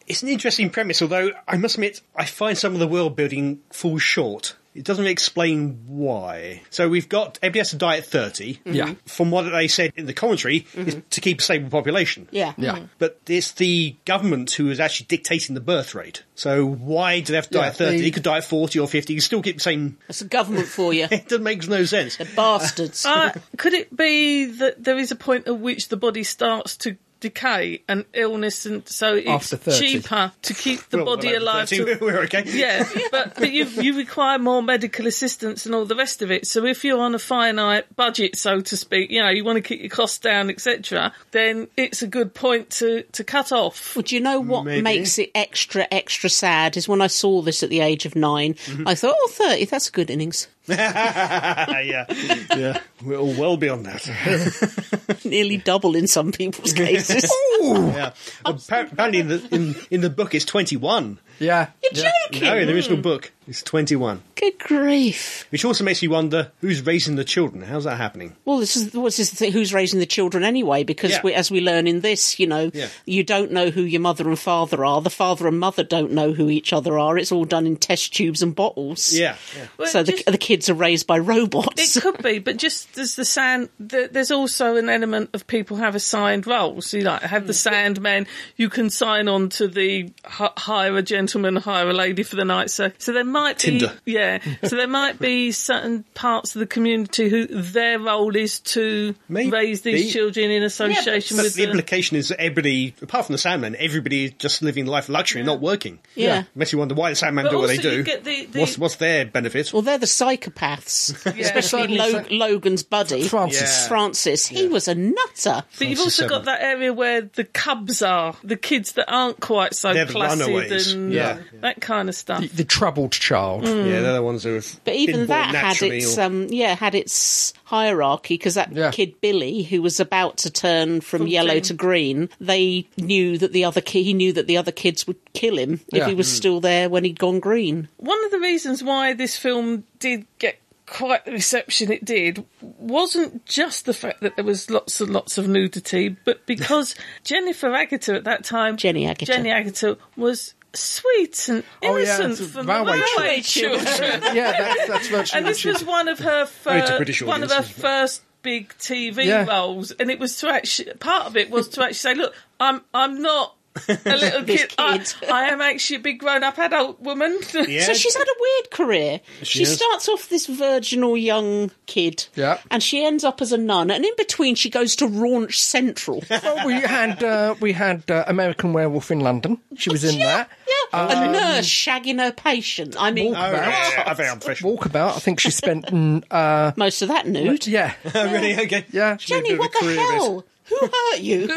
Speaker 2: It's an interesting premise, although I must admit I find some of the world building falls short. It doesn't really explain why. So we've got everybody has to die at thirty.
Speaker 4: Yeah.
Speaker 2: From what they said in the commentary, is to keep a stable population.
Speaker 1: Yeah.
Speaker 4: Yeah.
Speaker 2: But it's the government who is actually dictating the birth rate. So why do they have to die
Speaker 4: Yeah,
Speaker 2: at 30?
Speaker 4: they-
Speaker 2: They could die at 40 or 50. You still keep the same...
Speaker 1: That's a government for you.
Speaker 2: It doesn't- makes no sense.
Speaker 1: Bastards.
Speaker 3: Uh, could it be that there is a point at which the body starts to decay and illness, and so it's
Speaker 4: After 30.
Speaker 3: cheaper to keep the
Speaker 2: Well,
Speaker 3: body
Speaker 2: well,
Speaker 3: alive?
Speaker 2: 13,
Speaker 3: To,
Speaker 2: We're okay.
Speaker 3: yeah, but, but you you require more medical assistance and all the rest of it. So if you're on a finite budget, so to speak, you know you want to keep your costs down, etc. Then it's a good point to to cut off.
Speaker 1: Well, do you know what
Speaker 2: Maybe.
Speaker 1: makes it extra, extra sad is when I saw this at the age of 9
Speaker 4: Mm-hmm.
Speaker 1: I thought, oh, 30, that's a good innings.
Speaker 2: yeah. Yeah. We're all well beyond that.
Speaker 1: Nearly double in some people's cases. Oh,
Speaker 2: yeah. Appa- Apparently in the, in, in the book it's 21.
Speaker 4: Yeah.
Speaker 1: You're
Speaker 4: yeah.
Speaker 1: joking.
Speaker 2: No, in the
Speaker 3: Hmm.
Speaker 2: original book it's 21.
Speaker 1: Good grief.
Speaker 2: Which also makes me wonder who's raising the children? How's that happening?
Speaker 1: Well, this is what's this thing, who's raising the children anyway? Because
Speaker 2: Yeah.
Speaker 1: we, as we learn in this, you know,
Speaker 2: Yeah.
Speaker 1: you don't know who your mother and father are. The father and mother don't know who each other are. It's all done in test tubes and bottles.
Speaker 2: Yeah. yeah.
Speaker 3: Well,
Speaker 1: so
Speaker 3: just-
Speaker 1: the, the kids are raised by robots.
Speaker 3: It could be, but just as the sand, th there's also an element of people have assigned roles. So you like have the
Speaker 2: Mm.
Speaker 3: sandmen. You can sign on to the h- hire a gentleman, hire a lady for the night. So, so there might
Speaker 2: Tinder.
Speaker 3: be, yeah. So there might be certain parts of the community who their role is to
Speaker 2: Maybe.
Speaker 3: raise these children in association
Speaker 2: But
Speaker 3: with
Speaker 2: the
Speaker 3: the,
Speaker 2: implication is that everybody, apart from the Sandman, everybody is just living life luxury and not working.
Speaker 1: Yeah.
Speaker 2: Makes you wonder why the Sandman
Speaker 3: But
Speaker 2: do what they
Speaker 3: also you
Speaker 2: do.
Speaker 3: get the- the-
Speaker 2: What's, what's their benefit?
Speaker 1: Well, they're the psychopaths, especially
Speaker 4: Certainly
Speaker 1: Lo-
Speaker 4: so.
Speaker 1: Logan's buddy
Speaker 4: Francis.
Speaker 2: Yeah.
Speaker 1: Francis. He was a nutter.
Speaker 3: But you've
Speaker 2: Francis
Speaker 3: also
Speaker 2: Seven.
Speaker 3: got that area where the cubs are, the kids that aren't quite so
Speaker 2: They're the
Speaker 3: placid
Speaker 2: runaways.
Speaker 3: and
Speaker 2: Yeah.
Speaker 3: that kind of stuff.
Speaker 4: The troubled child.
Speaker 1: Mm.
Speaker 2: Yeah, they're the ones who have.
Speaker 1: But
Speaker 2: been
Speaker 1: even
Speaker 2: born
Speaker 1: that had
Speaker 2: naturally
Speaker 1: its
Speaker 2: or-
Speaker 1: um, yeah had its hierarchy because that
Speaker 4: Yeah.
Speaker 1: kid Billy, who was about to turn from yellow
Speaker 3: green.
Speaker 1: to green, they knew that the other ki- he knew that the other kids would kill him if
Speaker 4: Yeah. Hmm.
Speaker 1: he was still there when he'd gone green.
Speaker 3: one of the reasons why this film did get quite the reception it did wasn't just the fact that there was lots and lots of nudity, but because Jennifer Agata at that time,
Speaker 1: Jenny Agutter.
Speaker 3: Jenny Agata was sweet and
Speaker 4: Oh, yeah,
Speaker 3: innocent
Speaker 4: it's a
Speaker 3: from
Speaker 4: railway
Speaker 3: the railway
Speaker 1: children.
Speaker 3: children.
Speaker 4: Yeah, that's, that's virtually
Speaker 3: and
Speaker 4: what
Speaker 3: this
Speaker 4: she
Speaker 3: was one of her
Speaker 2: it's a
Speaker 3: first,
Speaker 2: British
Speaker 3: one of her
Speaker 2: audience,
Speaker 3: first big TV
Speaker 4: Yeah.
Speaker 3: roles, and it was to actually part of it was to actually say, look, I'm I'm not. A little
Speaker 1: Big
Speaker 3: kid. I,
Speaker 1: kid.
Speaker 3: I am actually a big grown up adult woman.
Speaker 2: Yeah.
Speaker 1: So she's had a weird career. She,
Speaker 2: has.
Speaker 1: starts off this virginal young kid,
Speaker 4: Yeah.
Speaker 1: and she ends up as a nun, and in between she goes to Raunch Central.
Speaker 4: Well, we had uh, we had uh, American Werewolf in London. She was in that.
Speaker 1: yeah. a nurse shagging her patient. I mean,
Speaker 2: Oh, yeah, I think I'm fresh.
Speaker 4: Walkabout, I think she spent. mm, uh,
Speaker 1: most of that nude.
Speaker 4: yeah,
Speaker 2: Oh, really? Okay.
Speaker 4: yeah.
Speaker 2: bit
Speaker 1: Jenny,
Speaker 2: of a
Speaker 1: what the
Speaker 2: career risk.
Speaker 1: hell? Who hurt you?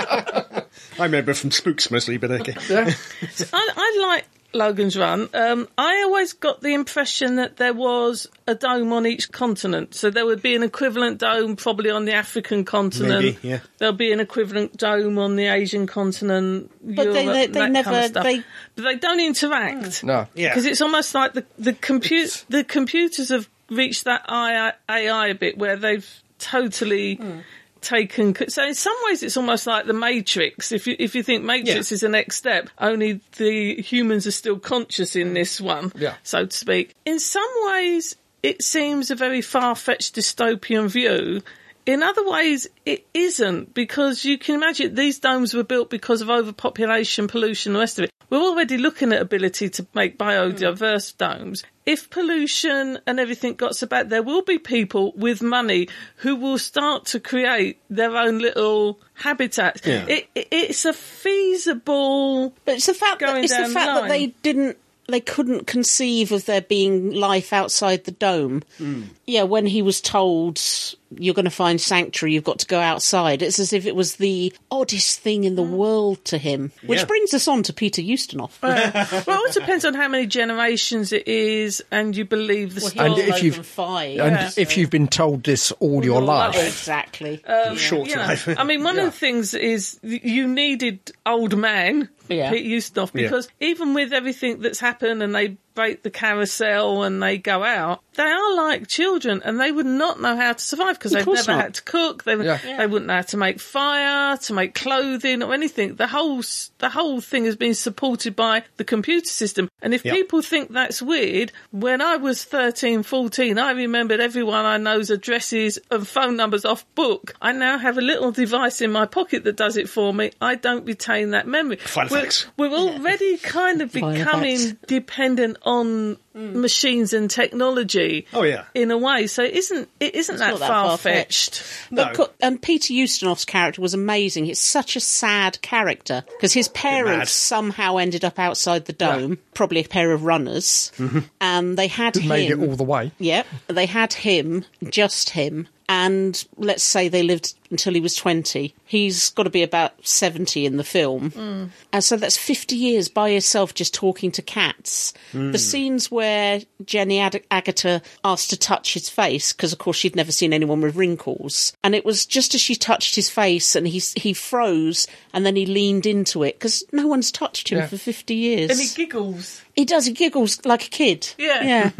Speaker 2: I remember from Spooks mostly, but okay.
Speaker 4: yeah.
Speaker 3: I, I like Logan's Run. Um, I always got the impression that there was a dome on each continent. So there would be an equivalent dome probably on the African continent.
Speaker 2: Maybe, yeah.
Speaker 3: There'll be an equivalent dome on the Asian continent.
Speaker 1: But they-
Speaker 3: Europe,
Speaker 1: they- they
Speaker 3: that
Speaker 1: never-
Speaker 3: Kind of stuff.
Speaker 1: they-
Speaker 3: But they don't interact.
Speaker 4: No.
Speaker 2: Yeah.
Speaker 3: Because it's almost like the the compute the computers have reached that AI, AI a bit where they've totally
Speaker 2: Hmm.
Speaker 3: taken. co- So in some ways, it's almost like the Matrix. If you if you think Matrix
Speaker 2: Yeah.
Speaker 3: is the next step, only the humans are still conscious
Speaker 2: Hmm.
Speaker 3: in this one,
Speaker 4: Yeah.
Speaker 3: so to speak. In some ways, it seems a very far fetched dystopian view. In other ways, it isn't because you can imagine these domes were built because of overpopulation, pollution, the rest of it. We're already looking at ability to make biodiverse domes. If pollution and everything got so bad, there will be people with money who will start to create their own little habitats.
Speaker 2: Yeah.
Speaker 3: It, it, it's a feasible
Speaker 1: But it's the fact that
Speaker 3: Going
Speaker 1: it's the
Speaker 3: down the
Speaker 1: fact that
Speaker 3: line.
Speaker 1: they didn't they couldn't conceive of there being life outside the dome. Yeah, when he was told you're going to find sanctuary, you've got to go outside. It's as if it was the oddest thing in the
Speaker 3: Hmm.
Speaker 1: world to him. Which
Speaker 2: Yeah.
Speaker 1: brings us on to Peter Ustinov.
Speaker 3: well, it all depends on how many generations it is, and you believe the story.
Speaker 4: And if you've-
Speaker 1: five,
Speaker 4: And
Speaker 1: yeah.
Speaker 4: if you've been told this all your
Speaker 3: your
Speaker 4: life,
Speaker 3: life.
Speaker 1: exactly.
Speaker 2: Short
Speaker 3: Yeah.
Speaker 2: life.
Speaker 3: I mean, one of the things is y- you needed old man
Speaker 1: Yeah.
Speaker 3: Pete Ustinov
Speaker 2: Yeah.
Speaker 3: because even with everything that's happened and they break the carousel and they go out, they are like children and they would not know how to survive because
Speaker 1: Of
Speaker 3: they've
Speaker 1: course
Speaker 3: never
Speaker 1: not.
Speaker 3: had to cook. They,
Speaker 4: Yeah.
Speaker 3: they wouldn't know how to make fire, to make clothing or anything. The whole s- the whole thing has been supported by the computer system. And if
Speaker 2: Yeah.
Speaker 3: people think that's weird, when I was 13, 14, I remembered everyone I know's addresses and phone numbers off book. I now have a little device in my pocket that does it for me. I don't retain that memory.
Speaker 2: Fun
Speaker 3: we're,
Speaker 2: facts.
Speaker 3: we're already kind of
Speaker 1: Fun facts.
Speaker 3: becoming dependent on machines and technology.
Speaker 2: Oh, yeah.
Speaker 3: in a way. So it isn't it isn't that
Speaker 1: not that
Speaker 3: far fetched?
Speaker 2: No.
Speaker 1: But co- and Peter Ustinov's character was amazing. It's such a sad character because his parents somehow ended up outside the dome, probably a pair of runners, and they had him.
Speaker 4: Mm-hmm. made it all the way.
Speaker 1: Yep, they had him, just him, and let's say they lived until he was twenty. He's got to be about seventy in the film,
Speaker 3: Mm.
Speaker 1: and so that's fifty years by yourself just talking to cats.
Speaker 3: Mm.
Speaker 1: The scenes where Jenny Ad- Agatha asked to touch his face because, of course, she'd never seen anyone with wrinkles, and it was just as she touched his face, and he s- he froze, and then he leaned into it because no one's touched him
Speaker 4: Yeah.
Speaker 1: for fifty years.
Speaker 3: And he giggles.
Speaker 1: he does, he giggles like a kid.
Speaker 3: Yeah.
Speaker 1: yeah.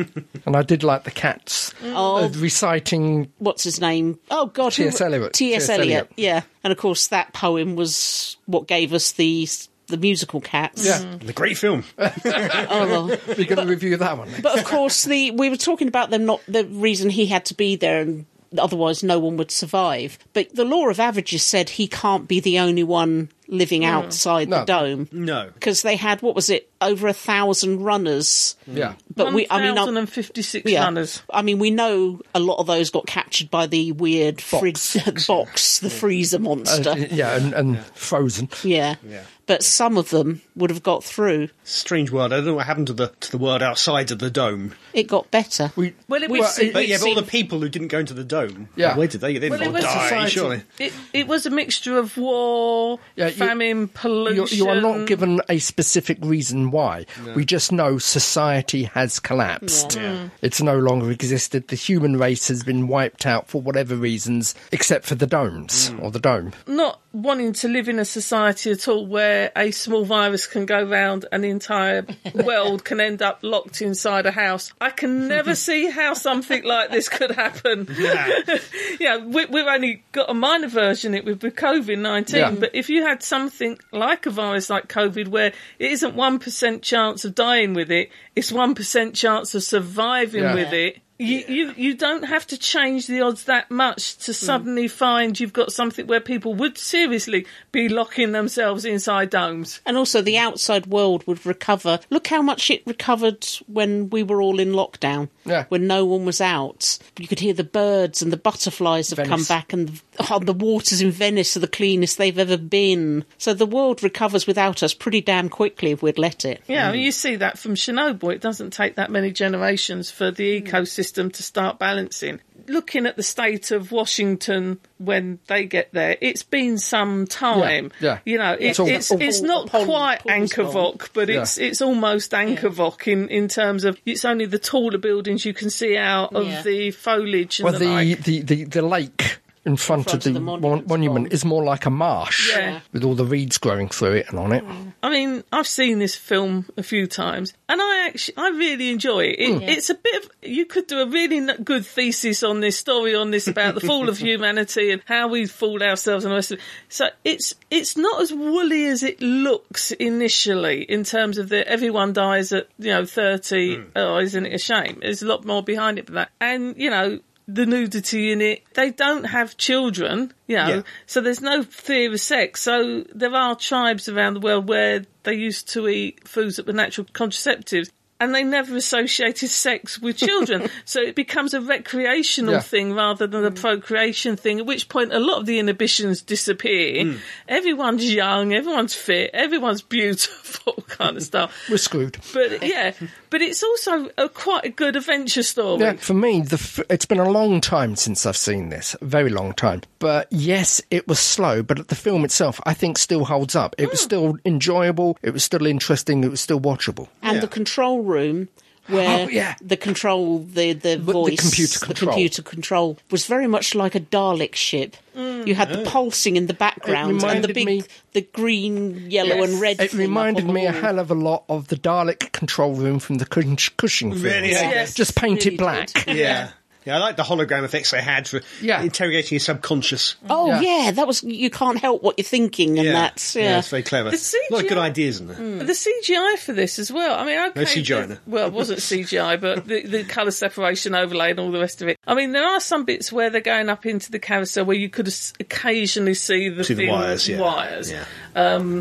Speaker 4: And I did like the cats uh, reciting.
Speaker 1: what's his name? Oh God, who-
Speaker 4: T.S. Eliot.
Speaker 1: T.S.
Speaker 4: T.S.
Speaker 1: Eliot.
Speaker 4: Eliot.
Speaker 1: Yeah, and of course that poem was what gave us the the musical Cats.
Speaker 4: Yeah,
Speaker 2: The great film.
Speaker 4: we're going to review that one. Next.
Speaker 1: But of course the we were talking about them not the reason he had to be there and otherwise no one would survive. But the law of averages said he can't be the only one living outside the
Speaker 4: No.
Speaker 1: dome.
Speaker 2: No.
Speaker 1: Because they had what was it over a thousand runners,
Speaker 4: Yeah,
Speaker 1: but we I mean I-
Speaker 3: 1,056
Speaker 1: Yeah.
Speaker 3: runners.
Speaker 1: I mean, we know a lot of those got captured by the weird box, box the freezer monster.
Speaker 4: Uh, yeah, and, and Frozen.
Speaker 1: yeah.
Speaker 2: Yeah.
Speaker 1: But some of them would have got through.
Speaker 2: Strange world. I don't know what happened to the to the world outside of the dome.
Speaker 1: It got better.
Speaker 4: We,
Speaker 3: Well, it was-
Speaker 4: it-
Speaker 2: But
Speaker 1: It
Speaker 2: yeah, but all
Speaker 1: seemed-
Speaker 2: the people who didn't go into the dome.
Speaker 4: Yeah.
Speaker 2: Where did they? They didn't
Speaker 3: Well, it
Speaker 2: all
Speaker 3: was
Speaker 2: die,
Speaker 4: society.
Speaker 2: surely.
Speaker 3: It, it was a mixture of war,
Speaker 4: Yeah, you-
Speaker 3: famine, pollution.
Speaker 4: you, uh, you are not given a specific reason why. We just know society has collapsed.
Speaker 2: Yeah. Mm.
Speaker 4: It's no longer existed. The human race has been wiped out for whatever reasons, except for the domes or the dome.
Speaker 3: Not wanting to live in a society at all where a small virus can go round and the entire world can end up locked inside a house. I can never see how something like this could happen.
Speaker 2: Yeah.
Speaker 3: yeah, we, we've only got a minor version of it with, with COVID 19,
Speaker 4: Yeah.
Speaker 3: but if you had something like a virus like COVID where it isn't 1% chance of dying with it, it's one percent chance of surviving
Speaker 4: Yeah.
Speaker 3: with it. You, you you don't have to change the odds that much to
Speaker 4: Hmm.
Speaker 3: suddenly find you've got something where people would seriously be locking themselves inside domes.
Speaker 1: And also, the outside world would recover. Look how much it recovered when we were all in lockdown,
Speaker 4: Yeah.
Speaker 1: when no one was out. You could hear the birds and the butterflies have come
Speaker 4: Venice.
Speaker 1: back, and oh, the waters in Venice are the cleanest they've ever been. So the world recovers without us pretty damn quickly if we'd let it.
Speaker 3: Yeah,
Speaker 4: Mm.
Speaker 3: you see that from Chernobyl. It doesn't take that many generations for the
Speaker 4: Mm.
Speaker 3: ecosystem to start balancing. Looking at the state of Washington when they get there, it's been some time.
Speaker 4: yeah.
Speaker 3: You know, it,
Speaker 4: It's
Speaker 3: it's,
Speaker 4: all-
Speaker 3: it's,
Speaker 4: all-
Speaker 3: not
Speaker 1: Paul-
Speaker 3: quite
Speaker 1: Paul's
Speaker 3: Ankervok, but it's it's almost Ankervok in, in terms of it's only the taller buildings you can see out of
Speaker 1: Yeah.
Speaker 3: the foliage and
Speaker 4: Well,
Speaker 3: the,
Speaker 4: the,
Speaker 3: like.
Speaker 4: the, the, the lake in front,
Speaker 1: front
Speaker 4: of the,
Speaker 1: of the
Speaker 4: mon-
Speaker 1: monument's
Speaker 4: monument
Speaker 1: gone.
Speaker 4: is more like a marsh
Speaker 3: Yeah.
Speaker 4: with all the reeds growing through it and on it.
Speaker 3: I mean, I've seen this film a few times, and I actually, I really enjoy it. it It's a bit of you could do a really n- good thesis on this story, on this about the fall of humanity and how we fooled ourselves and all the rest of it. So it's it's not as woolly as it looks initially in terms of the everyone dies at you know thirty. Oh, isn't it a shame? There's a lot more behind it than that, and you know. The nudity in it. They don't have children, you know,
Speaker 2: Yeah.
Speaker 3: so there's no fear of sex. So there are tribes around the world where they used to eat foods that were natural contraceptives. And they never associated sex with children. so it becomes a recreational
Speaker 4: Yeah. Mm.
Speaker 3: thing rather than a procreation thing, at which point a lot of the inhibitions disappear.
Speaker 4: Mm.
Speaker 3: Everyone's young, everyone's fit, everyone's beautiful kind of stuff.
Speaker 4: We're screwed.
Speaker 3: But yeah, but it's also a quite a good adventure story.
Speaker 4: Yeah, for me, the f- it's been a long time since I've seen this, a very long time. But yes, it was slow, but the film itself, I think, still holds up. It was still enjoyable, it was still interesting, it was still watchable.
Speaker 1: And the control room. Where
Speaker 4: Oh, yeah.
Speaker 1: the control, the the
Speaker 4: the
Speaker 1: voice,
Speaker 4: computer control.
Speaker 1: computer control was very much like a Dalek ship. You had the pulsing in the background and the
Speaker 4: Mm. reminded
Speaker 1: big,
Speaker 4: me-
Speaker 1: the green, yellow,
Speaker 3: Yes.
Speaker 1: and red.
Speaker 4: It
Speaker 1: thing up
Speaker 4: reminded
Speaker 1: on the
Speaker 4: me a
Speaker 1: wall.
Speaker 4: hell of a lot of the Dalek control room from the Cush- Cushing films.
Speaker 2: Really?
Speaker 3: Yes.
Speaker 4: Just painted
Speaker 1: Really
Speaker 4: black.
Speaker 1: did.
Speaker 2: Yeah. Yeah, I like the hologram effects they had for
Speaker 4: Yeah.
Speaker 2: interrogating your subconscious.
Speaker 1: Oh
Speaker 4: Yeah.
Speaker 1: yeah. that was you can't help what you're thinking, and that's yeah.
Speaker 2: it's very clever.
Speaker 3: The
Speaker 2: A lot of good
Speaker 3: CGI
Speaker 2: ideas in there.
Speaker 3: The CGI for this as well. I mean, okay.
Speaker 2: No CGI,
Speaker 3: the-
Speaker 2: no.
Speaker 3: Well, it wasn't CGI, but the, the colour separation overlay and all the rest of it. I mean, there are some bits where they're going up into the carousel where you could s- occasionally see the,
Speaker 2: See the
Speaker 3: thin
Speaker 2: wires, yeah.
Speaker 3: wires.
Speaker 2: Yeah.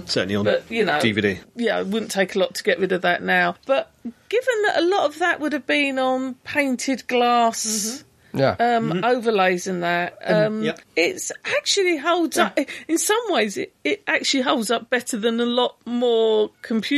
Speaker 2: Certainly on
Speaker 3: but, you know-
Speaker 2: DVD.
Speaker 3: Yeah, it wouldn't take a lot to get rid of that now. But given that a lot of that would have been on painted glass.
Speaker 4: Yeah.
Speaker 3: Um, Overlays and that. Um,
Speaker 2: Yep.
Speaker 3: It's actually holds up. In some ways, it, it actually holds up better than a lot more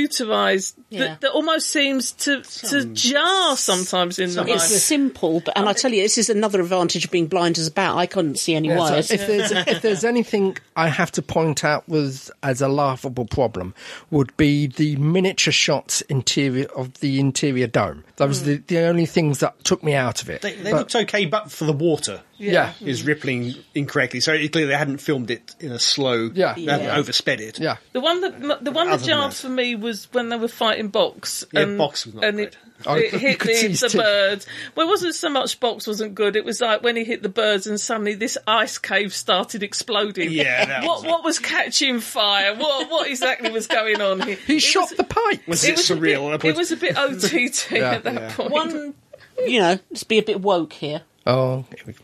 Speaker 3: computerized.
Speaker 1: Yeah.
Speaker 3: That, that almost seems to to jar sometimes in the
Speaker 1: It's
Speaker 3: mind.
Speaker 1: simple, but and I tell you, this is another advantage of being blind as a bat. I couldn't see any
Speaker 4: Yeah, so
Speaker 1: wires.
Speaker 4: if there's if there's anything I have to point out was as a laughable problem would be the miniature shots interior of the interior dome. That was the, the only things that took me out of it.
Speaker 2: Hmm. They, they
Speaker 4: But-
Speaker 2: looked okay, but for the water.
Speaker 4: yeah. yeah.
Speaker 2: Is rippling incorrectly, so it- clearly they hadn't filmed it in a slow.
Speaker 4: Yeah.
Speaker 2: they hadn't
Speaker 1: Yeah.
Speaker 2: oversped it.
Speaker 3: The one that the one
Speaker 2: Other
Speaker 3: that
Speaker 2: than
Speaker 3: jarred
Speaker 2: that.
Speaker 3: for me was when they were fighting box.
Speaker 2: Yeah, Box was not
Speaker 3: and
Speaker 2: great.
Speaker 3: it,
Speaker 4: Oh,
Speaker 3: it
Speaker 4: you
Speaker 3: hit
Speaker 4: could
Speaker 3: the,
Speaker 4: see his
Speaker 3: the
Speaker 4: teeth.
Speaker 3: birds. Well, it wasn't so much box wasn't good. It was like when he hit the birds and suddenly this ice cave started exploding.
Speaker 2: Yeah, that
Speaker 3: what
Speaker 2: was-
Speaker 3: what was catching fire? What what exactly was going on here?
Speaker 4: He shot the pipe.
Speaker 2: Was it,
Speaker 3: was a
Speaker 2: surreal?
Speaker 3: bit- it was a bit OTT at that point.
Speaker 1: One, you know, let's be a bit woke here.
Speaker 4: oh, here we go.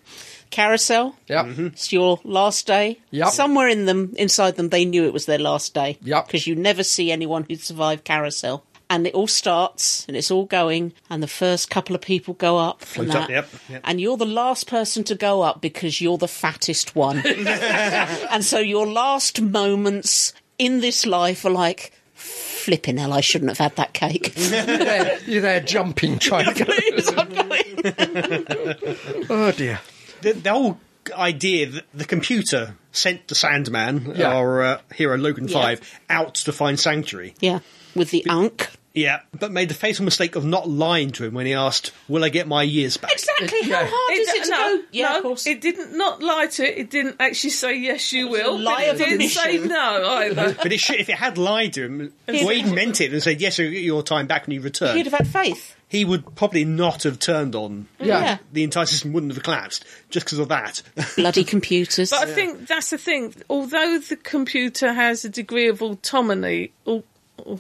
Speaker 1: Carousel,
Speaker 4: Yep.
Speaker 2: Mm-hmm.
Speaker 1: it's your last day.
Speaker 4: Yep.
Speaker 1: Somewhere in them, inside them, they knew it was their last day.
Speaker 4: Yep.
Speaker 1: Because you never see anyone who survived Carousel. And it all starts, and it's all going, and the first couple of people go up, and
Speaker 2: Float up,
Speaker 1: that,
Speaker 2: yep, yep.
Speaker 1: and you're the last person to go up because you're the fattest one, and so your last moments in this life are like, flipping hell, I shouldn't have had that cake.
Speaker 4: You're there- You're there jumping, trying to go.
Speaker 1: Please, I'm going.
Speaker 4: Oh dear.
Speaker 2: the, the whole idea that the computer sent the Sandman,
Speaker 4: Yeah.
Speaker 2: our uh, hero Logan
Speaker 1: Yeah.
Speaker 2: Five, out to find sanctuary.
Speaker 1: Yeah, with the unk.
Speaker 2: Yeah, but made the fatal mistake of not lying to him when he asked, "Will I get my years back?"
Speaker 1: Exactly.
Speaker 4: How yeah. hard
Speaker 1: is it to
Speaker 3: no,
Speaker 1: go? Yeah,
Speaker 3: no,
Speaker 1: of course.
Speaker 3: It didn't not lie to it. It didn't actually say yes, you
Speaker 1: was a
Speaker 3: will.
Speaker 1: lie of
Speaker 3: but it didn't
Speaker 1: omission.
Speaker 3: say no either.
Speaker 2: But it should, if it had lied to him, Wade meant it and said, "Yes, you'll get your time back when you return,"
Speaker 1: You'd have had faith.
Speaker 2: he would probably not have turned on.
Speaker 4: Yeah.
Speaker 1: Yeah.
Speaker 2: The entire system wouldn't have collapsed just because of that.
Speaker 1: Bloody computers.
Speaker 3: But I think that's the thing. Although the computer has a degree of autonomy, al- oh,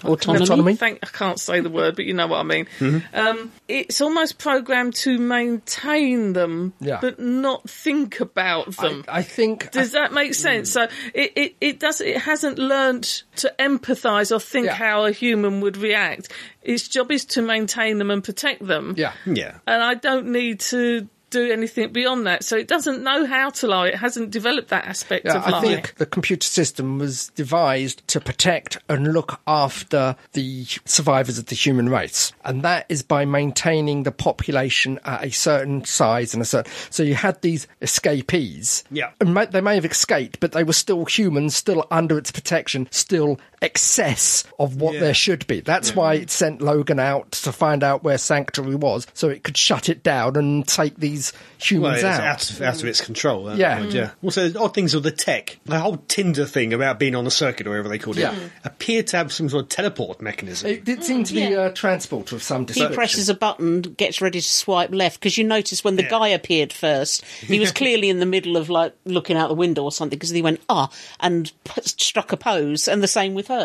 Speaker 1: Autonomy?
Speaker 3: I can't think- I can't say the word, but you know what I mean.
Speaker 4: Mm-hmm.
Speaker 3: Um, it's almost programmed to maintain them,
Speaker 4: Yeah.
Speaker 3: but not think about
Speaker 4: I, Hmm.
Speaker 3: them.
Speaker 4: I think
Speaker 3: does that make sense? So it, it, it does it hasn't learnt to empathise or think
Speaker 4: Yeah.
Speaker 3: how a human would react. Its job is to maintain them and protect them.
Speaker 4: yeah.
Speaker 2: Yeah.
Speaker 3: And I don't need to do anything beyond that. So it doesn't know how to lie. It hasn't developed that aspect
Speaker 4: Yeah,
Speaker 3: of
Speaker 4: I
Speaker 3: lying.
Speaker 4: think the computer system was devised to protect and look after the survivors of the human race, and that is by maintaining the population at a certain size and a certain. So you had these escapees,
Speaker 2: Yeah.
Speaker 4: and may, they may have escaped, but they were still humans, still under its protection, still excess of what
Speaker 2: Yeah.
Speaker 4: there should be. That's why it sent Logan out to find out where Sanctuary was, so it could shut it down and take these
Speaker 2: Well,
Speaker 4: humans
Speaker 2: it's
Speaker 4: out.
Speaker 2: out. of, out of its control. at that
Speaker 4: Yeah.
Speaker 2: point, yeah. Also, odd things with the tech. The whole Tinder thing about being on a circuit or whatever they called
Speaker 4: Yeah.
Speaker 2: it appeared to have some sort of teleport mechanism.
Speaker 4: It did seem to be
Speaker 1: Mm, yeah.
Speaker 4: a transporter of some
Speaker 1: He
Speaker 4: description.
Speaker 1: presses a button, gets ready to swipe left because you notice when the
Speaker 2: Yeah.
Speaker 1: guy appeared first, he was clearly in the middle of like looking out the window or something because he went ah and p- struck a pose, and the same with her.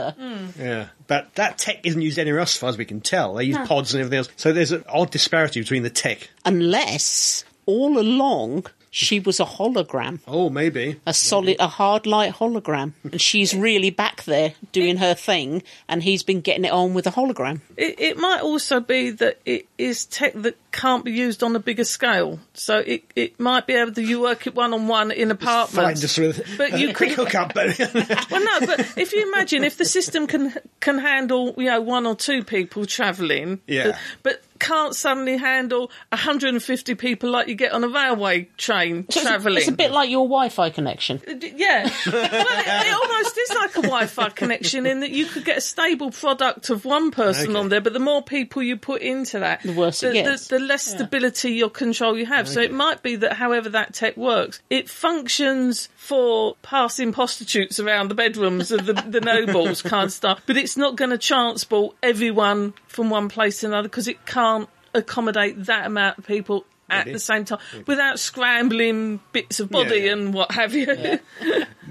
Speaker 2: Yeah, but that tech isn't used anywhere else, as far as we can tell. They use pods and everything else. So there's an odd disparity between the tech.
Speaker 1: Unless all along she was a hologram,
Speaker 2: Oh, maybe.
Speaker 1: a solid, a hard light hologram, and she's really back there doing her thing, and he's been getting it on with a hologram.
Speaker 3: It, it might also be that it is tech that can't be used on a bigger scale. So it, it might be able to you work it one on one in
Speaker 2: Fine,
Speaker 3: apartments.
Speaker 2: just with
Speaker 3: But you
Speaker 2: quick
Speaker 3: could-
Speaker 2: hookup. But
Speaker 3: Well, no, but if you imagine if the system can can handle you know one or two people travelling,
Speaker 2: Yeah.
Speaker 3: but can't suddenly handle 150 people like you get on a railway train
Speaker 1: So it's a-
Speaker 3: travelling.
Speaker 1: It's a bit like your Wi-Fi connection.
Speaker 3: Yeah, well, it, it almost is like a Wi-Fi connection in that you could get a stable product of one person
Speaker 2: Okay.
Speaker 3: on there, but the more people you put into that, the
Speaker 1: worse it
Speaker 3: the,
Speaker 1: gets.
Speaker 3: the less stability your control you have. So it might be that however that tech works, it functions for passing prostitutes around the bedrooms of the, the nobles kind of stuff, but it's not going to transport everyone from one place to another because it can't accommodate that amount of people. At
Speaker 2: Maybe.
Speaker 3: the same time, without scrambling bits of body
Speaker 2: Hmm. yeah.
Speaker 3: and what have you.
Speaker 2: the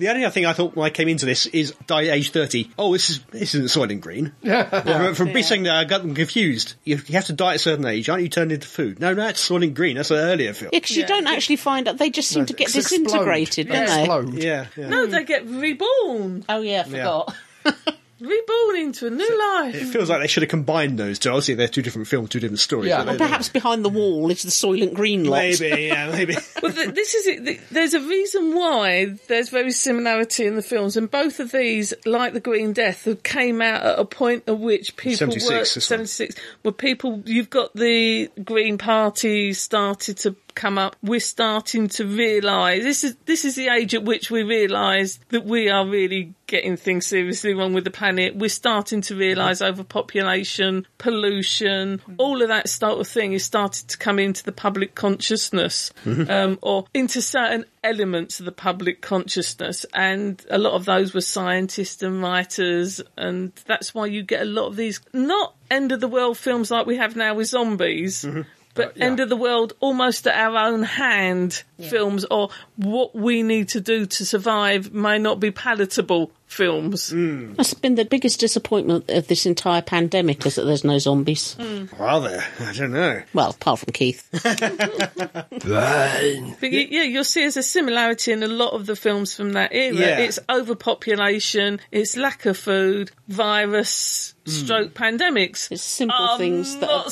Speaker 2: only other thing I thought when I came into this is by age 30, oh, this, is, this isn't Soylent Green. Yeah. From being saying that, I got them confused. You, you have to die at a certain age. Aren't you turned into food? No, no, it's Soylent Green. That's an earlier film.
Speaker 1: Yeah, because you
Speaker 3: Yeah.
Speaker 1: don't actually find out; they just seem to get
Speaker 4: It's explode.
Speaker 1: disintegrated, don't they?
Speaker 4: Explode.
Speaker 2: Yeah, yeah.
Speaker 3: No, they get reborn,
Speaker 1: Oh yeah, I forgot.
Speaker 3: reborn into a new
Speaker 2: It
Speaker 3: life.
Speaker 2: feels like they should have combined those two. Obviously, they're two different films, two different stories.
Speaker 4: Yeah.
Speaker 2: but they-
Speaker 1: Perhaps behind the wall is the Soylent Green lot.
Speaker 2: Maybe, yeah, maybe.
Speaker 3: But th- this is it. Th- There's a reason why there's very similarity in the films, and both of these, like the Green Death, have came out at a point at which people
Speaker 2: 76,
Speaker 3: were
Speaker 2: this one.
Speaker 3: 76. Where people, you've got the Green Party started to come up. We're starting to realise this is this is the age at which we realise that we are really getting things seriously wrong with the planet. We're starting to realise
Speaker 2: Mm-hmm.
Speaker 3: overpopulation, pollution, all of that sort of thing is started to come into the public consciousness
Speaker 2: Mm-hmm.
Speaker 3: um, or into certain elements of the public consciousness. And a lot of those were scientists and writers, and that's why you get a lot of these not end of the world films like we have now with zombies. But end of the world, almost at our own hand films, or what we need to do to survive may not be palatable films.
Speaker 1: That's been the biggest disappointment of this entire pandemic is that there's no zombies.
Speaker 2: Are there? I don't know.
Speaker 1: Well, apart from Keith.
Speaker 3: But you, yeah, you'll see there's a similarity in a lot of the films from that era.
Speaker 2: Yeah.
Speaker 3: It's overpopulation, it's lack of food, virus,
Speaker 2: Hmm.
Speaker 3: stroke, pandemics.
Speaker 1: It's simple
Speaker 3: I'm
Speaker 1: things that
Speaker 3: not
Speaker 1: are-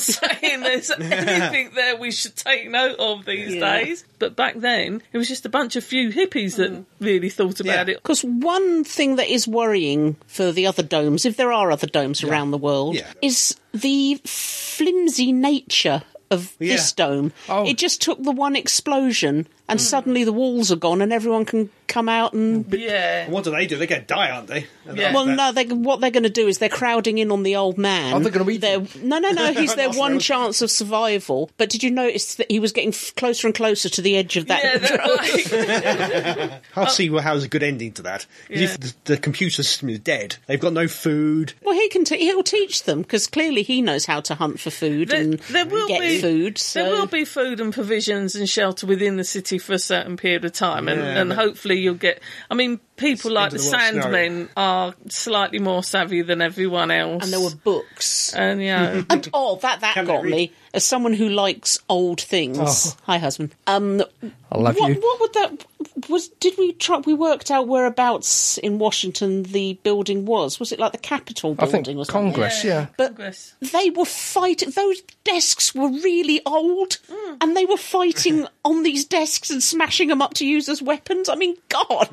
Speaker 3: saying there's anything there we should take note of these
Speaker 1: Yeah. Hmm.
Speaker 3: days. But back then, it was just a bunch of few hippies that really thought about
Speaker 2: Yeah.
Speaker 3: it.
Speaker 1: Because one thing that is worrying for the other domes, if there are other domes around the world,
Speaker 2: Yeah.
Speaker 1: is the flimsy nature of
Speaker 2: Yeah.
Speaker 1: this dome.
Speaker 4: Oh.
Speaker 1: It just took the one explosion and suddenly the walls are gone and everyone can come out
Speaker 2: Hmm.
Speaker 1: and.
Speaker 3: Yeah.
Speaker 2: What do they do? They're going to die, aren't they?
Speaker 3: Yeah.
Speaker 1: Well, no. They, what they're going to do is they're crowding in on the old man.
Speaker 4: Are they gonna eat
Speaker 1: They're-
Speaker 4: him?
Speaker 1: No, no, no. He's their
Speaker 2: That's
Speaker 1: one
Speaker 2: real.
Speaker 1: chance of survival. But did you notice that he was getting f- closer and closer to the edge of that?
Speaker 3: Yeah, they're like,
Speaker 2: I'll see wha- how there's a good ending to that. 'Cause If the, the computer system is dead, they've got no food.
Speaker 1: Well, he can. T- he'll teach them because clearly he knows how to hunt for food
Speaker 3: There-
Speaker 1: and
Speaker 3: there will
Speaker 1: get
Speaker 3: be-
Speaker 1: food. So
Speaker 3: there will be food and provisions and shelter within the city only for a certain period of time, and,
Speaker 2: Yeah,
Speaker 3: and
Speaker 2: but-
Speaker 3: hopefully you'll get. I mean, people like
Speaker 2: end
Speaker 3: the
Speaker 2: of the world
Speaker 3: Sandmen are slightly more savvy than everyone else,
Speaker 1: And there were books.
Speaker 3: and you know,
Speaker 1: And oh, that that
Speaker 2: Can they
Speaker 1: got
Speaker 2: read?
Speaker 1: me. As someone who likes old things,
Speaker 4: Oh.
Speaker 1: hi husband. Um,
Speaker 4: I love
Speaker 1: what,
Speaker 4: you.
Speaker 1: What would that was? Did we try? We worked out whereabouts in Washington the building was. Was it like the Capitol
Speaker 4: I
Speaker 1: building or
Speaker 4: think
Speaker 1: something?
Speaker 4: Congress, yeah.
Speaker 1: But-
Speaker 3: Congress.
Speaker 1: They were fighting. Those desks were really old, and they were fighting on these desks and smashing them up to use as weapons. I mean, God.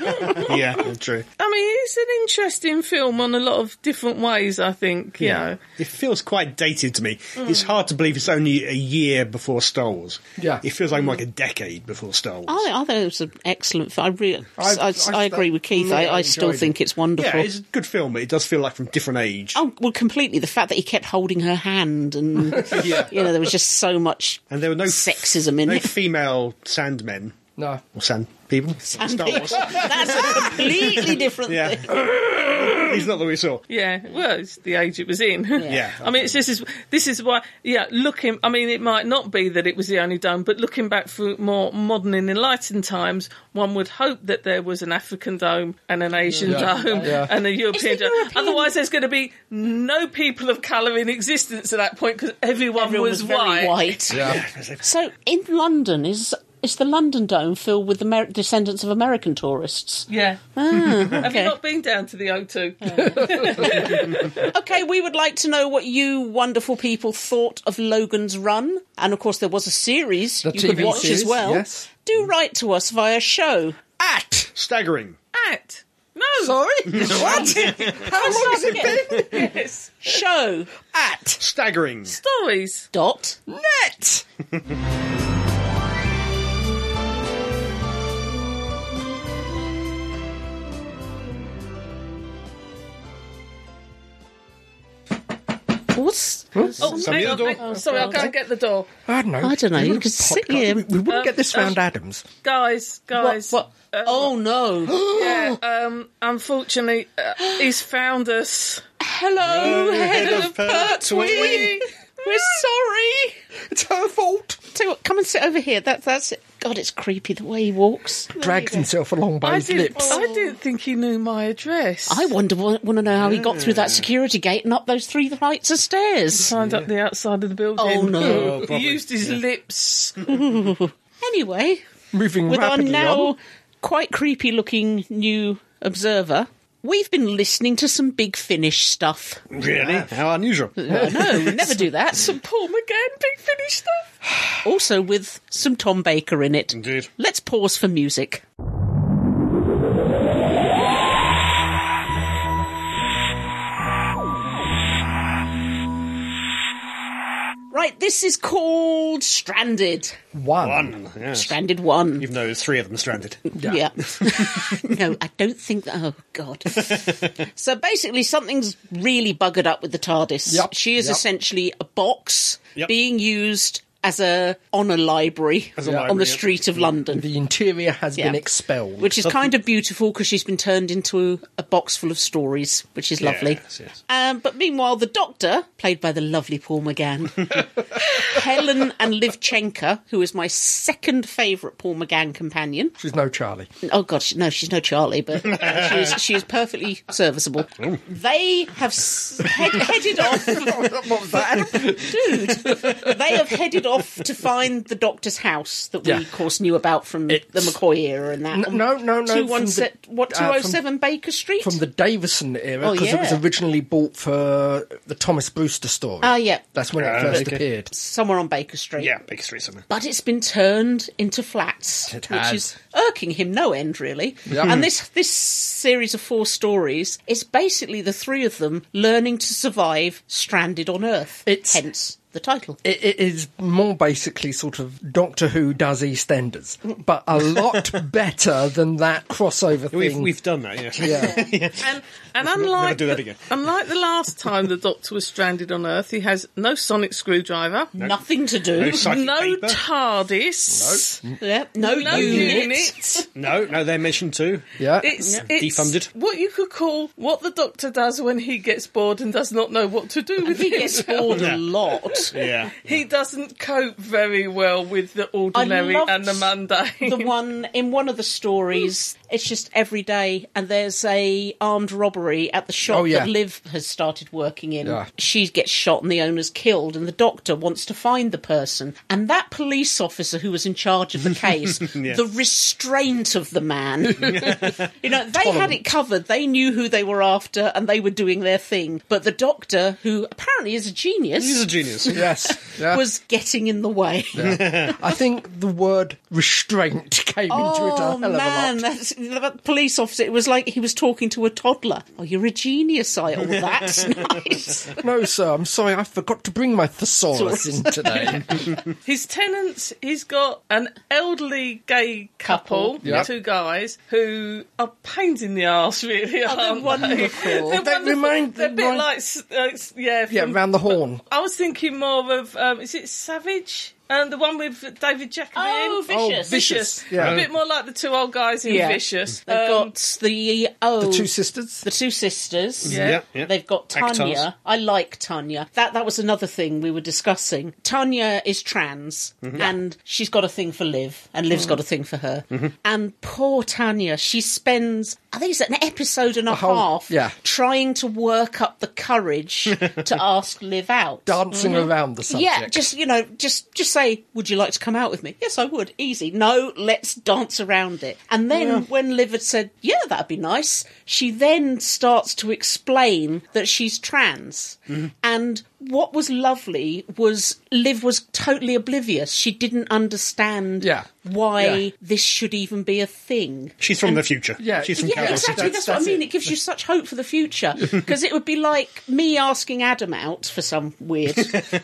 Speaker 2: yeah, true.
Speaker 3: I mean, it's an interesting film on a lot of different ways. I think you know.
Speaker 2: It feels quite dated to me. It's hard to believe it's only a year before Star Wars.
Speaker 4: Yeah.
Speaker 2: It feels like like a decade before Star Wars.
Speaker 1: I think, I think it was an excellent. fi- I really, I,
Speaker 4: I've-
Speaker 1: I,
Speaker 4: I've
Speaker 1: agree with Keith. I,
Speaker 4: really
Speaker 1: I still
Speaker 4: enjoyed it.
Speaker 1: think it's wonderful.
Speaker 2: yeah, it's a good film, but it does feel like from different age.
Speaker 1: Oh well, completely. The fact that he kept holding her hand, and you know, there was just so much
Speaker 2: And there were no
Speaker 1: sexism in
Speaker 2: no
Speaker 1: it.
Speaker 2: female sandmen
Speaker 4: No.
Speaker 2: or sand people. Star Wars.
Speaker 1: That's a completely different
Speaker 2: Yeah,
Speaker 1: thing.
Speaker 2: he's not that we saw.
Speaker 3: Yeah, well, it's the age it was in.
Speaker 2: Yeah.
Speaker 3: I mean, it's, this is this is why. Yeah, looking. I mean, it might not be that it was the only dome, but looking back through more modern and enlightened times, one would hope that there was an African dome and an Asian
Speaker 4: Yeah.
Speaker 3: dome
Speaker 4: Yeah.
Speaker 3: and a European
Speaker 1: It's the
Speaker 3: dome.
Speaker 1: European-
Speaker 3: Otherwise, there's going to be no people of colour in existence at that point because everyone,
Speaker 1: Everyone
Speaker 3: was,
Speaker 1: very
Speaker 3: white.
Speaker 1: white.
Speaker 4: Yeah.
Speaker 1: So in London is is the London Dome filled with Amer- descendants of American tourists?
Speaker 3: Yeah. Have you
Speaker 1: Ah, Okay.
Speaker 3: not been down to the O2?
Speaker 1: okay, we would like to know what you wonderful people thought of Logan's Run, and of course there was a series
Speaker 4: The
Speaker 1: you
Speaker 4: TV
Speaker 1: could watch
Speaker 4: series,
Speaker 1: as well.
Speaker 4: yes.
Speaker 1: Do write to us via show.
Speaker 4: At!
Speaker 2: Staggering.
Speaker 3: At no.
Speaker 4: Sorry? what? How long has it been?
Speaker 3: Yes.
Speaker 1: Show
Speaker 4: At!
Speaker 2: Staggering.
Speaker 3: Stories.
Speaker 1: dot
Speaker 4: Net!
Speaker 1: What's
Speaker 3: Oh,
Speaker 2: Somebody
Speaker 3: hang
Speaker 2: at
Speaker 3: on,
Speaker 2: the door.
Speaker 3: hang on. Sorry, I can't get the door.
Speaker 4: I don't know.
Speaker 1: I don't know,
Speaker 4: We
Speaker 1: you
Speaker 4: wouldn't
Speaker 1: could sit
Speaker 4: podcast-
Speaker 1: here.
Speaker 4: We, we wouldn't
Speaker 3: Uh,
Speaker 4: get this
Speaker 3: uh,
Speaker 4: round Adams.
Speaker 3: Guys, guys.
Speaker 1: What? oh no!
Speaker 3: Yeah, um, unfortunately, uh, he's found us.
Speaker 1: Hello, head
Speaker 2: Head
Speaker 1: of
Speaker 2: of Pertwee.
Speaker 1: Pertwee. We're sorry.
Speaker 4: It's her fault.
Speaker 1: Tell you what, come and sit over here. That, that's it. God, it's creepy the way he walks.
Speaker 4: Drags himself along by
Speaker 3: I
Speaker 4: his
Speaker 3: didn't,
Speaker 4: lips.
Speaker 3: I didn't think he knew my address.
Speaker 1: I wonder, want to know how he got through that security gate and up those three flights of stairs.
Speaker 3: signed up the outside of the building.
Speaker 1: Oh, no.
Speaker 2: Oh,
Speaker 3: he
Speaker 2: probably.
Speaker 3: used his lips.
Speaker 1: Anyway,
Speaker 4: Moving
Speaker 1: with our
Speaker 4: rapidly
Speaker 1: now
Speaker 4: on.
Speaker 1: quite creepy looking new observer, we've been listening to some big finish stuff.
Speaker 2: Really? How unusual.
Speaker 1: I know, we never do that.
Speaker 3: Some Paul McGann big finish stuff.
Speaker 1: Also, with some Tom Baker in it.
Speaker 2: Indeed.
Speaker 1: Let's pause for music. Right, this is called Stranded.
Speaker 4: One.
Speaker 2: One. Yes.
Speaker 1: Stranded 1.
Speaker 2: Even though there's three of them stranded.
Speaker 1: Yeah. no, I don't think that. Oh, God. so basically, something's really buggered up with the TARDIS.
Speaker 4: Yep,
Speaker 1: She is
Speaker 4: yep.
Speaker 1: essentially a box
Speaker 2: Yep.
Speaker 1: being used as a honour library
Speaker 2: a
Speaker 1: on
Speaker 2: library,
Speaker 1: the
Speaker 2: yep.
Speaker 1: street of London.
Speaker 4: The interior has
Speaker 1: Yeah.
Speaker 4: been expelled.
Speaker 1: Which is kind of beautiful because she's been turned into a box full of stories, which is lovely.
Speaker 2: Yes, yes.
Speaker 1: Um, but meanwhile, the Doctor, played by the lovely Paul McGann, Helen and Livchenka, who is my second favourite Paul McGann companion,
Speaker 4: She's no Charlie.
Speaker 1: Oh God, she, no, she's no Charlie, but she is, she is perfectly serviceable. They have s- head, headed off,
Speaker 4: what was that?
Speaker 1: dude. They have headed off to find the Doctor's house that we,
Speaker 4: Yeah.
Speaker 1: of course, knew about from the
Speaker 4: It's-
Speaker 1: McCoy era and that.
Speaker 4: No, no, no, no,
Speaker 1: Two
Speaker 4: from
Speaker 1: one
Speaker 4: the-
Speaker 1: se- what
Speaker 4: uh,
Speaker 1: two
Speaker 4: from-
Speaker 1: oh seven Baker Street.
Speaker 4: From the Davison era,
Speaker 1: Oh,
Speaker 4: because it was
Speaker 1: yeah.
Speaker 4: originally bought for the Thomas Brewster story.
Speaker 1: Ah, yeah.
Speaker 4: That's when
Speaker 2: Ah,
Speaker 4: it first
Speaker 2: okay.
Speaker 4: appeared.
Speaker 1: somewhere on Baker Street.
Speaker 2: Yeah, Baker Street somewhere.
Speaker 1: but it's been turned into flats,
Speaker 4: It
Speaker 1: which
Speaker 4: has.
Speaker 1: is irking him no end, really. And this this series of four stories is basically the three of them learning to survive stranded on Earth.
Speaker 4: It's-
Speaker 1: hence the title.
Speaker 4: It, it is more basically sort of Doctor Who does EastEnders, but a lot better than that crossover
Speaker 2: We've,
Speaker 4: thing.
Speaker 2: we've done that, yes.
Speaker 4: yeah.
Speaker 3: And, and unlike,
Speaker 2: do that
Speaker 3: the-
Speaker 2: again.
Speaker 3: unlike the last time the Doctor was stranded on Earth, he has no sonic screwdriver,
Speaker 1: Nothing to do.
Speaker 2: No psychic
Speaker 3: no
Speaker 2: paper.
Speaker 3: TARDIS,
Speaker 1: Yep, no,
Speaker 3: no
Speaker 1: unit.
Speaker 3: unit.
Speaker 2: no, no, they're mentioned too.
Speaker 4: yeah.
Speaker 3: It's, it's
Speaker 2: Defunded.
Speaker 3: What you could call what the doctor does when he gets bored and does not know what to do with
Speaker 1: He gets
Speaker 3: himself.
Speaker 1: bored a lot.
Speaker 2: Yes, yeah.
Speaker 3: He doesn't cope very well with the ordinary
Speaker 1: loved
Speaker 3: and the mundane.
Speaker 1: the one in one of the stories it's just every day and there's a armed robbery at the shop
Speaker 4: Oh, yeah.
Speaker 1: that liv has started working in
Speaker 4: Yeah.
Speaker 1: she gets shot and the owner's killed and the doctor wants to find the person and that police officer who was in charge of the case the restraint of the man you know they had it covered they knew who they were after and they were doing their thing but the doctor who apparently is a
Speaker 2: He's
Speaker 1: genius
Speaker 2: a genius.
Speaker 4: Yes. Yeah.
Speaker 1: was getting in the way
Speaker 4: I think the word restraint came into it a
Speaker 1: Oh
Speaker 4: hell of a
Speaker 1: man,
Speaker 4: lot.
Speaker 1: that's, that police officer, it was like he was talking to a toddler. Oh, you're a genius, I. Oh, that's nice.
Speaker 4: No, sir, I'm sorry, I forgot to bring my thesaurus in today.
Speaker 3: His tenants, he's got an elderly gay couple,
Speaker 4: Yeah.
Speaker 3: two guys, who are pains in the arse, really,
Speaker 1: they're
Speaker 3: aren't
Speaker 1: wonderful.
Speaker 3: they?
Speaker 1: They
Speaker 3: They're wonderful.
Speaker 4: remind-
Speaker 3: They're a bit
Speaker 4: remind-
Speaker 3: like, s- uh, s- yeah,
Speaker 4: yeah,
Speaker 3: from-
Speaker 4: round the horn.
Speaker 3: I was thinking more of, um, is it Savage? Um, the one with David Jacobi
Speaker 1: Oh,
Speaker 3: in?
Speaker 1: Vicious.
Speaker 4: Oh, Vicious, yeah.
Speaker 3: A bit more like the two old guys in
Speaker 1: Yeah.
Speaker 3: Vicious.
Speaker 1: They've
Speaker 3: Um,
Speaker 1: got the oh,
Speaker 4: The two sisters.
Speaker 1: the two sisters.
Speaker 3: Yeah.
Speaker 2: Yeah, yeah.
Speaker 1: They've got
Speaker 2: Actors.
Speaker 1: Tanya. I like Tanya. That that was another thing we were discussing. Tanya is trans, and she's got a thing for Liv, and Liv's got a thing for her. And poor Tanya, she spends I think it's an episode and a,
Speaker 4: whole-
Speaker 1: half
Speaker 4: yeah.
Speaker 1: trying to work up the courage to ask Liv out.
Speaker 4: Dancing around the subject.
Speaker 1: Mm-hmm. Yeah, just you know, just just say, would you like to come out with me? Yes, I would. Easy. No, let's dance around it. And then when Liv had said, yeah, that'd be nice, she then starts to explain that she's trans.
Speaker 4: Mm-hmm.
Speaker 1: And what was lovely was Liv was totally oblivious. She didn't understand
Speaker 4: Yeah.
Speaker 1: why
Speaker 4: Yeah.
Speaker 1: this should even be a thing.
Speaker 2: She's from the future.
Speaker 4: Yeah.
Speaker 2: she's from
Speaker 1: Yeah,
Speaker 2: Kansas City.
Speaker 1: exactly.
Speaker 4: That's-
Speaker 1: That's, what I
Speaker 4: that's
Speaker 1: mean.
Speaker 4: it.
Speaker 1: It. gives you such hope for the future because it would be like me asking Adam out for some weird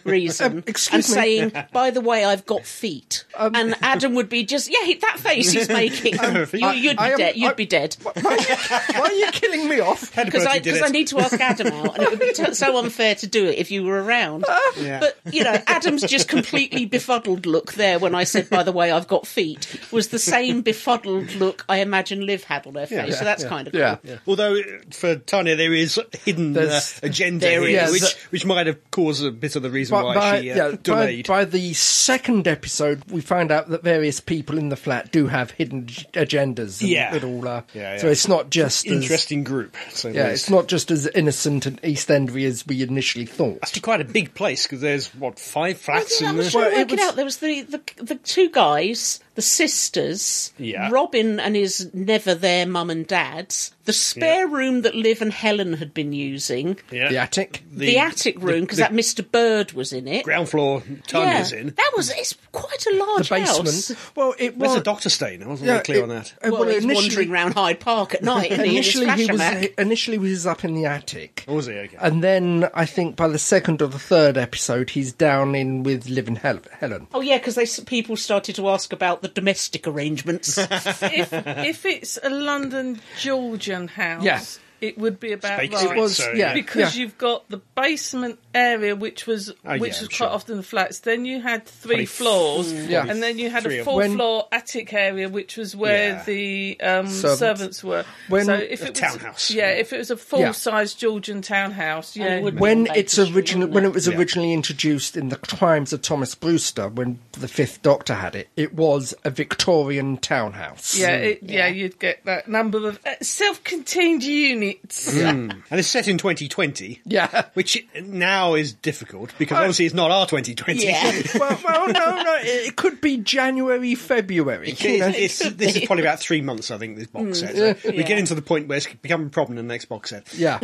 Speaker 1: reason
Speaker 4: Um, excuse
Speaker 1: and
Speaker 4: me. Um,
Speaker 1: saying, "By the way, I've got feet," and Adam would be just, "Yeah, that face he's making, you,
Speaker 2: I-
Speaker 1: you'd, be
Speaker 4: I am-
Speaker 1: dead. you'd
Speaker 4: I-
Speaker 1: be dead."
Speaker 4: Why, why are you killing me off?
Speaker 2: Had a
Speaker 1: Because
Speaker 2: birthday
Speaker 1: I,
Speaker 2: did
Speaker 1: cause
Speaker 2: it.
Speaker 1: I need to ask Adam out, and it would be t- so unfair to do it if you were around.
Speaker 2: Yeah.
Speaker 1: But you know, Adam's just completely befuddled look there when I said, "By the way, I've got feet," was the same befuddled look I imagine Liv had on her face. so that's kind of
Speaker 4: Yeah.
Speaker 1: cool.
Speaker 2: Although uh, for Tanya there is a hidden uh,
Speaker 4: There's-
Speaker 2: agenda
Speaker 1: There
Speaker 2: here,
Speaker 4: is.
Speaker 2: which which might have caused a bit of the reason
Speaker 4: But
Speaker 2: why
Speaker 4: by,
Speaker 2: she uh,
Speaker 4: yeah, by,
Speaker 2: delayed.
Speaker 4: by the second episode, we find out that various people in the flat do have hidden ag- agendas. And
Speaker 2: Yeah.
Speaker 4: It all, uh,
Speaker 2: Yeah,
Speaker 4: So
Speaker 2: yeah.
Speaker 4: it's not just as,
Speaker 2: Interesting group. So
Speaker 4: yeah,
Speaker 2: there's-
Speaker 4: it's not just as innocent and East Endry as we initially thought.
Speaker 2: It's quite a big place because there's what five flats
Speaker 1: Yeah, I
Speaker 2: in
Speaker 1: was
Speaker 2: there.
Speaker 1: trying to
Speaker 4: Well, it
Speaker 1: work it,
Speaker 4: was-
Speaker 1: out. There was the, the the two guys, the sisters,
Speaker 2: Yeah.
Speaker 1: Robin and his never there mum and dad, the spare room that Liv and Helen had been using,
Speaker 2: Yeah.
Speaker 4: The attic.
Speaker 1: the, attic room because
Speaker 2: the-
Speaker 1: that Mr. Bird was in it.
Speaker 2: ground floor. Tanya's in.
Speaker 1: that was it's quite a
Speaker 4: The
Speaker 1: large
Speaker 4: basement. Uh,
Speaker 1: house.
Speaker 4: Well, it was.
Speaker 2: There's a doctor staying. I wasn't
Speaker 4: yeah,
Speaker 2: very clear
Speaker 4: it-
Speaker 2: on that.
Speaker 4: uh,
Speaker 1: Well, he's wandering round Hyde Park at night. and
Speaker 4: initially he was
Speaker 1: Flashback.
Speaker 4: initially he was up in the attic.
Speaker 2: Oh, was he? Okay.
Speaker 4: And then I think by the second or the third episode, he's down in with Liv and Hel- Helen.
Speaker 1: Oh yeah, because they s- people started to ask about the domestic arrangements.
Speaker 3: if, if it's a London Georgian house,
Speaker 4: Yeah.
Speaker 3: it would be about
Speaker 2: Baker
Speaker 3: right.
Speaker 2: Street,
Speaker 4: It was-
Speaker 2: so,
Speaker 4: yeah.
Speaker 3: because you've got the basement area, which was
Speaker 2: Oh, yeah,
Speaker 3: which was
Speaker 2: sure.
Speaker 3: quite often the flats. Then you had three
Speaker 2: Probably
Speaker 3: floors,
Speaker 4: yeah.
Speaker 3: and then you had
Speaker 2: three
Speaker 3: a
Speaker 2: or-
Speaker 3: four
Speaker 4: When-
Speaker 3: floor attic area, which was where
Speaker 2: Yeah.
Speaker 3: the um,
Speaker 4: Servants.
Speaker 3: servants. were.
Speaker 4: When-
Speaker 3: so if it was,
Speaker 2: townhouse.
Speaker 3: yeah, if it was a full size Georgian townhouse, yeah,
Speaker 1: would be.
Speaker 4: when
Speaker 1: Baker
Speaker 4: it's
Speaker 1: Street,
Speaker 4: original
Speaker 1: wasn't
Speaker 4: when
Speaker 1: it?
Speaker 4: it was
Speaker 2: Yeah.
Speaker 4: originally introduced in the crimes of thomas brewster when the fifth doctor had it it was a victorian townhouse
Speaker 3: yeah,
Speaker 2: Hmm.
Speaker 3: it,
Speaker 2: Mm.
Speaker 3: yeah, you'd get that number of uh, self-contained units.
Speaker 2: And it's set in 2020.
Speaker 4: yeah
Speaker 2: Which now is difficult because obviously it's not our 2020.
Speaker 1: yeah.
Speaker 4: well, well no no it it could be january february you know.
Speaker 2: It's, it's- this is probably about three months, I think, this box set. So We're
Speaker 1: Yeah.
Speaker 2: getting to the point where it's becoming a problem in the next box set.
Speaker 4: yeah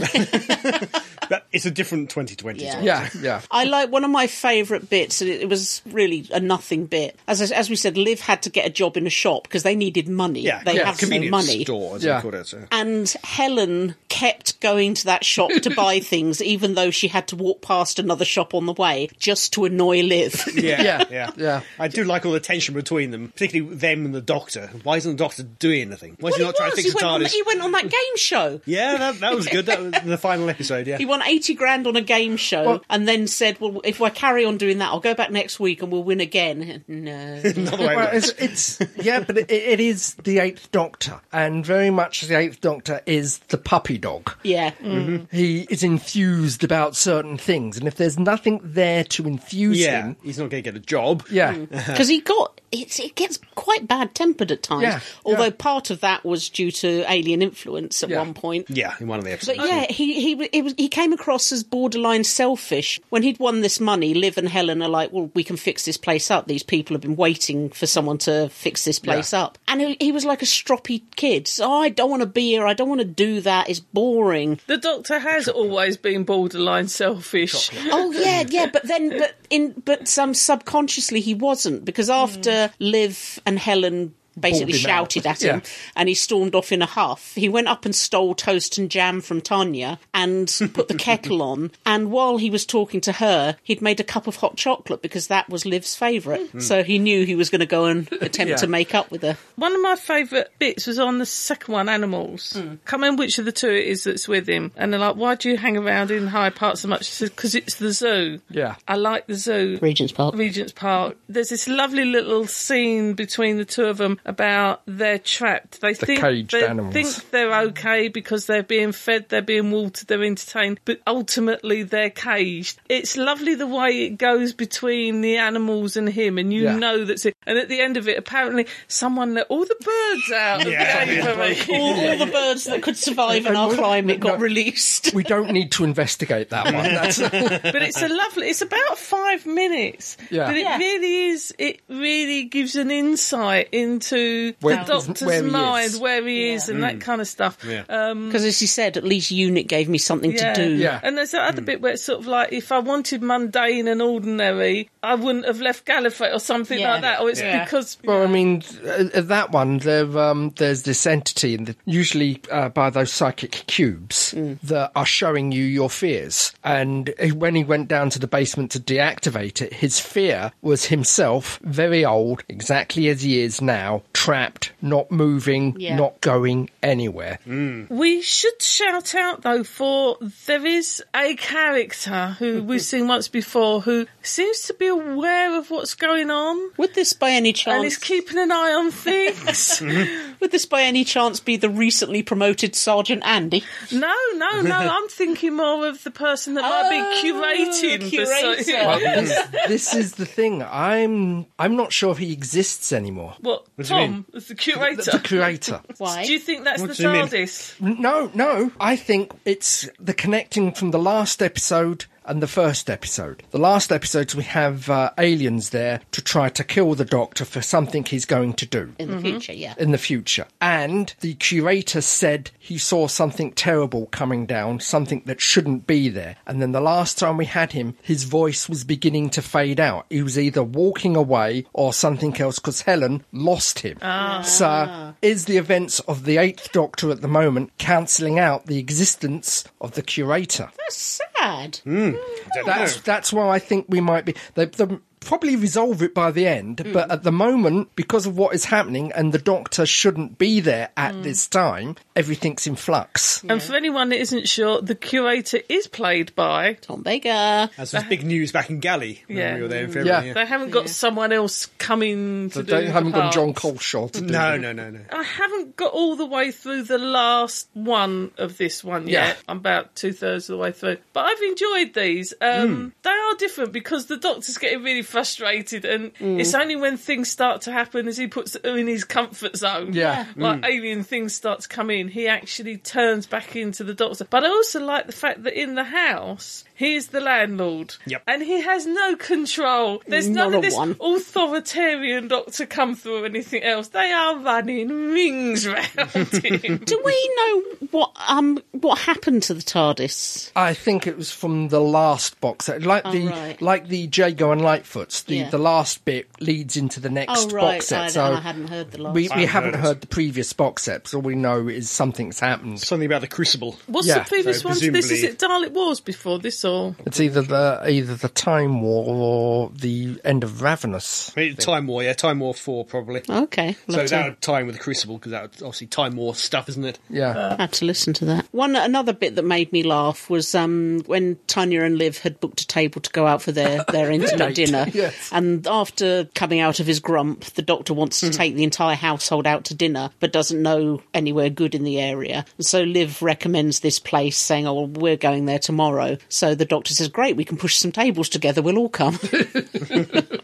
Speaker 2: But it's a different 2020.
Speaker 1: Yeah.
Speaker 2: time.
Speaker 4: yeah yeah
Speaker 2: Oh,
Speaker 1: I like one of my favourite bits, and it it was really a nothing bit. As I- as we said, Liv had to get a job in a shop because they needed money.
Speaker 2: Yeah,
Speaker 1: they
Speaker 2: yeah,
Speaker 1: have no
Speaker 2: convenience
Speaker 1: money.
Speaker 2: store, as
Speaker 4: Yeah.
Speaker 2: they call it. So.
Speaker 1: And Helen kept going to that shop to buy things, even though she had to walk past another shop on the way just to annoy Liv.
Speaker 2: Yeah,
Speaker 4: Yeah,
Speaker 2: yeah,
Speaker 4: yeah.
Speaker 2: I do like all the tension between them, particularly them and the Doctor. Why isn't the Doctor doing anything? Why
Speaker 1: Well,
Speaker 2: is he
Speaker 1: he
Speaker 2: not trying to
Speaker 1: was.
Speaker 2: fix
Speaker 1: He
Speaker 2: the
Speaker 1: went, on,
Speaker 2: TARDIS?
Speaker 1: he went on that game show.
Speaker 2: Yeah, that, that was good. That was the final episode. Yeah,
Speaker 1: He won 80 grand on a game show and then said, Well, if I carry on doing that, I'll go back next week and we'll win again. No.
Speaker 2: Another way
Speaker 4: well,
Speaker 2: around.
Speaker 4: it's, it's yeah, but it, it is the Eighth Doctor, and very much the Eighth Doctor is the Puppy dog.
Speaker 1: Yeah.
Speaker 2: Mm.
Speaker 3: Mm-hmm.
Speaker 4: He is enthused about certain things, and if there's nothing there to enthuse
Speaker 2: Yeah,
Speaker 4: him,
Speaker 2: he's not going to get a job.
Speaker 4: yeah,
Speaker 3: Mm.
Speaker 1: Because he got it's, it gets quite bad tempered at times.
Speaker 4: Yeah,
Speaker 1: although
Speaker 4: yeah.
Speaker 1: part of that was due to alien influence at
Speaker 4: Yeah.
Speaker 1: one point.
Speaker 2: Yeah, in one of the
Speaker 1: But
Speaker 2: episodes.
Speaker 1: yeah, he he w- it was, he came across as borderline selfish when he'd won this money. Liv and Helen are like, "Well, we can fix this place up. These people have been waiting for someone to fix this place up." And he, he was like a stroppy kid. So oh, I don't want to be here. I don't want to do that. It's boring.
Speaker 3: The Doctor has always been borderline selfish.
Speaker 1: oh yeah, yeah, but then but in but some subconsciously he wasn't because after Liv and Helen basically
Speaker 4: Bawled him out.
Speaker 1: shouted at him
Speaker 4: Yeah.
Speaker 1: and he stormed off in a huff, he went up and stole toast and jam from Tanya and put the kettle on and while he was talking to her, he'd made a cup of hot chocolate because that was Liv's favourite. So he knew he was gonna go and attempt
Speaker 4: Mm. Yeah.
Speaker 1: to make up with her.
Speaker 3: One of my favourite bits was on the second one, Animals. Can't remember which of the two it is that's with him. And they're like, why do you hang around in Hyde Park so much? She says, because it's the zoo.
Speaker 4: Yeah.
Speaker 3: I like the zoo.
Speaker 1: Regent's Park.
Speaker 3: Regent's Park. There's this lovely little scene between the two of them about they're trapped. They think
Speaker 4: caged
Speaker 3: they
Speaker 4: animals.
Speaker 3: think they're okay because they're being fed, they're being watered, they're entertained, but ultimately they're caged. It's lovely the way it goes between the animals and him, and you
Speaker 4: Yeah.
Speaker 3: know that's it. And at the end of it, apparently someone let all the birds out of
Speaker 2: Yeah.
Speaker 3: the aviary.
Speaker 1: All, all the birds that could survive in our climate got released.
Speaker 4: we don't need to investigate that one. That's,
Speaker 3: but it's a lovely. It's about five minutes,
Speaker 4: Yeah.
Speaker 3: but it
Speaker 1: Yeah.
Speaker 3: really is. It really gives an insight into
Speaker 4: Where-
Speaker 3: the doctor's
Speaker 4: where he
Speaker 3: mind,
Speaker 4: is. Mm.
Speaker 3: where he is, and that kind of stuff.
Speaker 2: Yeah.
Speaker 3: Um,
Speaker 1: Because as you said, at least UNIT gave me something
Speaker 3: yeah.
Speaker 1: to do.
Speaker 4: Yeah. Mm.
Speaker 3: and there's that other bit where it's sort of like if I wanted mundane and ordinary, I wouldn't have left Gallifrey or something
Speaker 1: Yeah.
Speaker 3: like that. Or it's
Speaker 1: Yeah.
Speaker 3: because
Speaker 4: well, I mean, th- uh, that one there, um, there's this entity, and the, usually uh, by those psychic cubes
Speaker 1: Mm.
Speaker 4: that are showing you your fears. And uh, when he went down to the basement to deactivate it, his fear was himself, very old, exactly as he is now, trapped, not moving,
Speaker 1: Yeah.
Speaker 4: not going anywhere.
Speaker 3: We should shout out though for there is a character who we've seen once before who seems to be aware of what's going on.
Speaker 1: Would this by any
Speaker 3: And is
Speaker 1: chance?
Speaker 3: keeping an eye on things.
Speaker 1: Would this by any chance be the recently promoted Sergeant Andy?
Speaker 3: no, no, no. I'm thinking more of the person that might
Speaker 1: Oh,
Speaker 3: be curating. the
Speaker 1: curator.
Speaker 3: so-
Speaker 4: Well, this, this is the thing. I'm I'm not sure if he exists anymore.
Speaker 3: what?
Speaker 2: do you
Speaker 3: Tom is the
Speaker 4: The
Speaker 3: curator.
Speaker 4: creator.
Speaker 1: Why?
Speaker 3: Do you think that's
Speaker 2: What
Speaker 3: the
Speaker 2: do you mean?
Speaker 3: TARDIS?
Speaker 4: No, no. I think it's the connecting from the last episode and the first episode. The last episode, we have uh, aliens there to try to kill the Doctor for something he's going to do
Speaker 1: in the future, yeah.
Speaker 4: in the future. And the curator said he saw something terrible coming down, something that shouldn't be there. And then the last time we had him, his voice was beginning to fade out. He was either walking away or something else because Helen lost him. So, is the events of the Eighth Doctor at the moment cancelling out the existence of the curator?
Speaker 1: That's sad.
Speaker 4: That's that's why I think we might be. They, they probably resolve it by the end,
Speaker 1: Hmm.
Speaker 4: but at the moment, because of what is happening, and the Doctor shouldn't be there at
Speaker 1: Hmm.
Speaker 4: this time, everything's in flux.
Speaker 3: And for anyone that isn't sure, the curator is played by.
Speaker 1: Tom Baker.
Speaker 2: That's was big news back in Galley when
Speaker 3: Yeah.
Speaker 2: we were there for
Speaker 4: Yeah.
Speaker 2: everything.
Speaker 3: They haven't got someone else coming to
Speaker 4: They
Speaker 3: do.
Speaker 4: don't,
Speaker 3: the
Speaker 4: haven't got
Speaker 3: parts.
Speaker 4: John Coleshaw to do.
Speaker 2: No, no, no, no.
Speaker 3: I haven't got all the way through the last one of this one
Speaker 4: Yeah.
Speaker 3: yet. I'm about two thirds of the way through, but I've enjoyed these.
Speaker 4: Hmm.
Speaker 3: Um, They are different because the Doctor's getting really frustrated, and
Speaker 4: Hmm.
Speaker 3: it's only when things start to happen as he puts her in his comfort zone.
Speaker 4: Yeah. Hmm.
Speaker 3: like alien things start to come in. He actually turns back into the Doctor. But I also like the fact that in the house. He is the landlord,
Speaker 2: Yep.
Speaker 3: and he has no control. There's
Speaker 1: Not
Speaker 3: none of
Speaker 1: a
Speaker 3: this
Speaker 1: one.
Speaker 3: authoritarian doctor come through or anything else. They are running rings round him.
Speaker 1: Do we know what um what happened to the TARDIS?
Speaker 4: I think it was from the last box, set, like the
Speaker 1: Oh, right.
Speaker 4: like the Jago and Lightfoot's. The
Speaker 1: Yeah.
Speaker 4: the last bit leads into the next
Speaker 1: Oh right,
Speaker 4: box set.
Speaker 1: I,
Speaker 4: so
Speaker 1: I hadn't heard the last.
Speaker 4: we, we
Speaker 2: haven't
Speaker 4: haven't
Speaker 2: heard
Speaker 4: heard,
Speaker 2: it.
Speaker 4: the previous box sets. All we know is something's happened.
Speaker 2: Something about the crucible.
Speaker 3: What's
Speaker 4: Yeah,
Speaker 3: the previous
Speaker 2: so
Speaker 3: one? to This is
Speaker 2: presumably-
Speaker 3: it Dalek Wars before this, all.
Speaker 4: It's either the either the Time War or the end of Ravenous.
Speaker 2: I mean, Time War, yeah, Time War 4, probably.
Speaker 1: Okay.
Speaker 2: so
Speaker 1: love
Speaker 2: that
Speaker 1: to,
Speaker 2: would tie in with the Crucible, because that would obviously Time War stuff, isn't it?
Speaker 4: Yeah.
Speaker 3: Uh,
Speaker 1: had to listen to that. One another bit that made me laugh was um, when Tanya and Liv had booked a table to go out for their their intimate dinner,
Speaker 4: yes.
Speaker 1: and after coming out of his grump, the doctor wants to take the entire household out to dinner, but doesn't know anywhere good in the area. And so Liv recommends this place, saying, "Oh, well, we're going there tomorrow." So the doctor says, "Great, we can push some tables together. We'll all come."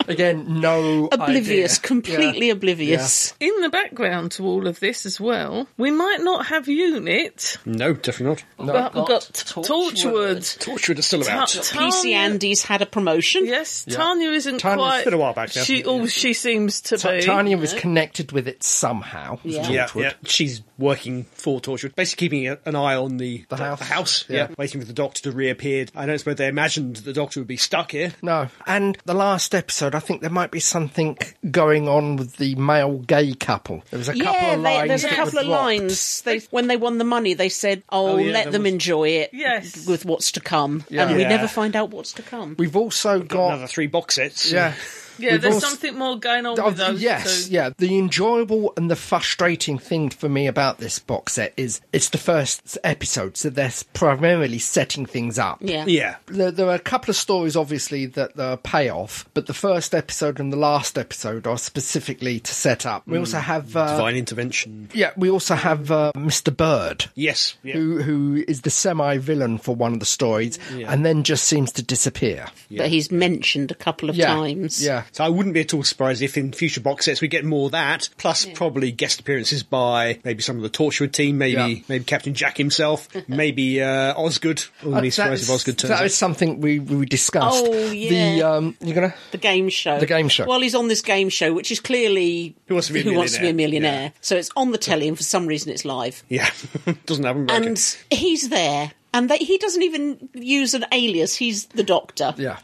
Speaker 4: Again, no
Speaker 1: oblivious,
Speaker 4: idea. Yeah.
Speaker 1: completely oblivious.
Speaker 3: In the background to all of this as well, we might not have unit,
Speaker 2: No, definitely not.
Speaker 4: No,
Speaker 3: but
Speaker 4: not.
Speaker 3: we've got Torchwood.
Speaker 2: Torchwood is still about.
Speaker 3: Ta-
Speaker 1: PC
Speaker 3: Tanya-
Speaker 1: Andy's had a promotion.
Speaker 3: Yes, Tanya isn't
Speaker 4: Tanya's
Speaker 3: quite.
Speaker 2: been a while back now.
Speaker 3: She, oh, she seems to
Speaker 4: Ta-
Speaker 3: be.
Speaker 4: Tanya was connected with it somehow.
Speaker 1: Yeah.
Speaker 2: Yeah,
Speaker 4: Torchwood.
Speaker 2: yeah, she's working for Torchwood, basically keeping a- an eye on the,
Speaker 4: The house.
Speaker 2: yeah.
Speaker 4: Yeah.
Speaker 2: waiting for the Doctor to reappear. I don't suppose they imagined the Doctor would be stuck here.
Speaker 4: No. And the last episode, I think there might be something going on with the male gay couple. There was a couple
Speaker 1: Yeah,
Speaker 4: of
Speaker 1: they,
Speaker 4: lines.
Speaker 1: there's a
Speaker 4: that
Speaker 1: couple
Speaker 4: were
Speaker 1: of
Speaker 4: dropped.
Speaker 1: lines. They, when they won the money, they said, "Oh,
Speaker 2: Oh, yeah,
Speaker 1: let
Speaker 2: there
Speaker 1: them
Speaker 2: was-
Speaker 1: enjoy it
Speaker 3: Yes.
Speaker 1: with what's to come,"
Speaker 4: Yeah.
Speaker 1: and we
Speaker 2: Yeah.
Speaker 1: never find out what's to come.
Speaker 4: We've also
Speaker 2: Another
Speaker 4: got.
Speaker 2: three box sets.
Speaker 4: Oh. Yeah.
Speaker 3: yeah,
Speaker 4: We've
Speaker 3: there's
Speaker 4: also-
Speaker 3: something more going on
Speaker 4: Oh,
Speaker 3: with those.
Speaker 4: yes,
Speaker 3: two.
Speaker 4: yeah. The enjoyable and the frustrating thing for me about this box set is it's the first episode, so they're primarily setting things up.
Speaker 1: yeah,
Speaker 2: yeah.
Speaker 4: There, there are a couple of stories, obviously, that are payoff, but the first episode and the last episode are specifically to set up. We also have, uh,
Speaker 2: Divine intervention.
Speaker 4: yeah, we also have uh, Mr. Bird,
Speaker 2: Yes. Yeah.
Speaker 4: who who is the semi villain for one of the stories, and then just seems to disappear.
Speaker 1: but he's mentioned a couple of times.
Speaker 4: yeah.
Speaker 2: So I wouldn't be at all surprised if in future box sets we get more of that, plus probably guest appearances by maybe some of the Torchwood team, maybe
Speaker 4: Yeah.
Speaker 2: maybe Captain Jack himself, maybe uh, Osgood. I wouldn't be
Speaker 4: That
Speaker 2: surprised
Speaker 4: is-
Speaker 2: if Osgood turns
Speaker 4: that
Speaker 2: up.
Speaker 4: is something we, we discussed.
Speaker 1: Oh,
Speaker 4: The,
Speaker 1: yeah.
Speaker 4: um, you're gonna
Speaker 1: The game show.
Speaker 4: The game show.
Speaker 1: Well, he's on this game show, which is clearly
Speaker 2: Who Wants to Be a
Speaker 1: Wants to Be a
Speaker 2: Millionaire?
Speaker 1: Millionaire. So it's on the telly, and for some reason, it's live.
Speaker 2: Yeah, doesn't happen. but okay.
Speaker 1: And he's there, and they, he doesn't even use an alias. He's the Doctor.
Speaker 4: yeah.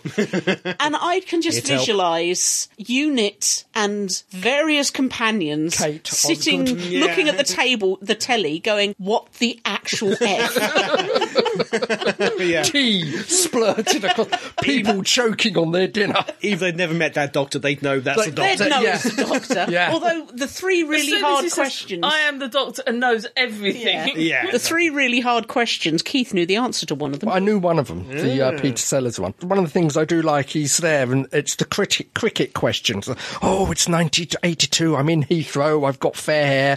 Speaker 1: And I can just
Speaker 2: Need help.
Speaker 1: visualise Unit and various companions
Speaker 4: Kate
Speaker 1: sitting,
Speaker 4: Osgood.
Speaker 2: Yeah.
Speaker 1: looking at the table, the telly, going, "What the actual f?"
Speaker 2: yeah,
Speaker 4: Tea splurted across people choking on their dinner.
Speaker 2: even they'd never met that doctor, they'd know that's
Speaker 4: Like,
Speaker 2: the
Speaker 1: They'd
Speaker 2: doctor.
Speaker 1: know
Speaker 4: yeah.
Speaker 1: it's the Doctor.
Speaker 4: Yeah.
Speaker 1: Although the three
Speaker 3: As
Speaker 1: really
Speaker 3: soon as
Speaker 1: hard
Speaker 3: he says,
Speaker 1: questions.
Speaker 3: I am the doctor and knows everything.
Speaker 2: Yeah.
Speaker 1: The three really hard questions. Keith knew the answer to one of them.
Speaker 4: I knew one of them, the
Speaker 1: Mm.
Speaker 4: uh, Peter Sellers one. One of the things I do like is there, and it's the critic, cricket questions. Oh, it's 1982, I'm in Heathrow, I've got fair hair.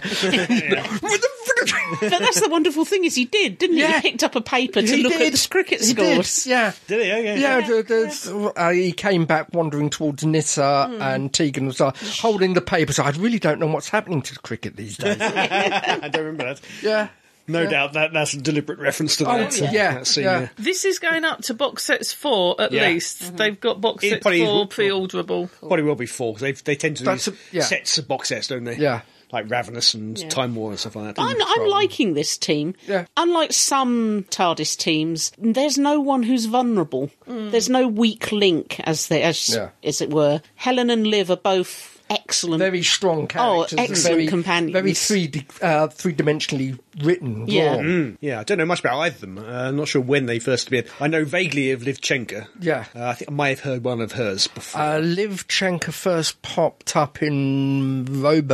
Speaker 1: But that's the wonderful thing is he did, didn't he?
Speaker 4: Yeah.
Speaker 1: He picked up a paper to look at the cricket
Speaker 4: He did,
Speaker 1: scores.
Speaker 4: yeah.
Speaker 2: Did he? Okay.
Speaker 4: Yeah, the, the, Uh, he came back wandering towards Nissa
Speaker 1: Hmm.
Speaker 4: and Tegan was like, holding the paper. So I really don't know what's happening to cricket these days.
Speaker 2: I don't remember that.
Speaker 4: yeah. Oh,
Speaker 2: No doubt that that's a deliberate reference to that. uh,
Speaker 4: yeah,
Speaker 2: that scene,
Speaker 4: yeah.
Speaker 2: yeah.
Speaker 3: This is going up to box sets four at
Speaker 2: Yeah.
Speaker 3: least.
Speaker 1: Mm-hmm.
Speaker 3: They've got box
Speaker 2: It
Speaker 3: sets
Speaker 2: probably is-
Speaker 3: four pre-orderable.
Speaker 2: Probably will be four 'cause they they tend to
Speaker 4: That's
Speaker 2: do
Speaker 4: a- yeah.
Speaker 2: sets of box sets, don't they?
Speaker 4: Yeah.
Speaker 2: like Ravenous and Time War and stuff like that.
Speaker 1: I'm, I'm liking this team.
Speaker 4: Yeah.
Speaker 1: Unlike some TARDIS teams, there's no one who's vulnerable. There's no weak link, as they, as,
Speaker 4: Mm. Yeah.
Speaker 1: as it were. Helen and Liv are both excellent.
Speaker 4: very strong
Speaker 1: Oh,
Speaker 4: characters. and
Speaker 1: excellent
Speaker 4: very,
Speaker 1: companions.
Speaker 4: Very three di- uh, three dimensionally written.
Speaker 1: Yeah.
Speaker 4: raw.
Speaker 2: Hmm. Yeah, I don't know much about either of them. Uh, I'm not sure when they first appeared. I know vaguely of Liv Chenka.
Speaker 4: Yeah.
Speaker 2: Uh, I think I might have heard one of hers before.
Speaker 4: Uh, Liv Chenka first popped up in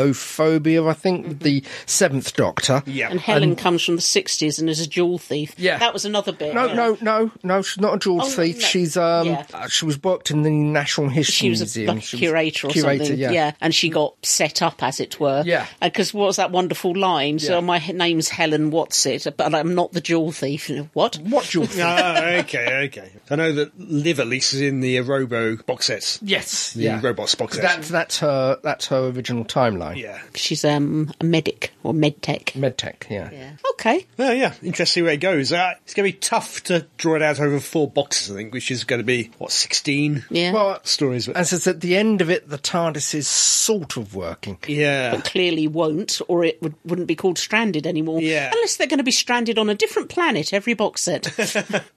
Speaker 4: Robophobia, I think, with the Seventh Doctor.
Speaker 2: yeah.
Speaker 1: and Helen comes from the 60s and is a jewel thief.
Speaker 4: Yeah.
Speaker 1: That was another bit.
Speaker 4: No,
Speaker 1: yeah.
Speaker 4: no, no, no. She's not a dual
Speaker 1: Oh,
Speaker 4: thief.
Speaker 1: no.
Speaker 4: She's um,
Speaker 1: Yeah.
Speaker 4: uh, she was worked in the National History
Speaker 1: She was a
Speaker 4: Museum.
Speaker 1: like,
Speaker 4: She was
Speaker 1: curator or
Speaker 4: curator,
Speaker 1: something.
Speaker 4: Yeah.
Speaker 1: And she got set up, as it were.
Speaker 4: Yeah.
Speaker 1: Because what was that wonderful line? So
Speaker 4: Yeah.
Speaker 1: my h- name's Helen What's it? but I'm not the jewel thief. You know, What?
Speaker 4: What dual thief?
Speaker 2: Ah, okay, okay. I know that Liv at least is in the uh, Robo box sets.
Speaker 4: Yes.
Speaker 2: The robots box sets.
Speaker 4: That's that's her that's her original timeline.
Speaker 2: yeah.
Speaker 1: She's um, a medic or medtech.
Speaker 4: Medtech. Yeah.
Speaker 1: Yeah. Okay.
Speaker 2: Oh, yeah. Interesting where it goes. Uh, it's going to be tough to draw it out over four boxes, I think, which is going to be, what, 16
Speaker 1: Yeah.
Speaker 4: Well,
Speaker 2: stories? But,
Speaker 4: and says at the end of it, the TARDIS is sort of working.
Speaker 2: yeah.
Speaker 1: clearly won't, or it would, wouldn't be called Stranded anymore. all.
Speaker 2: Yeah.
Speaker 1: Unless they're going to be stranded on a different planet every box set.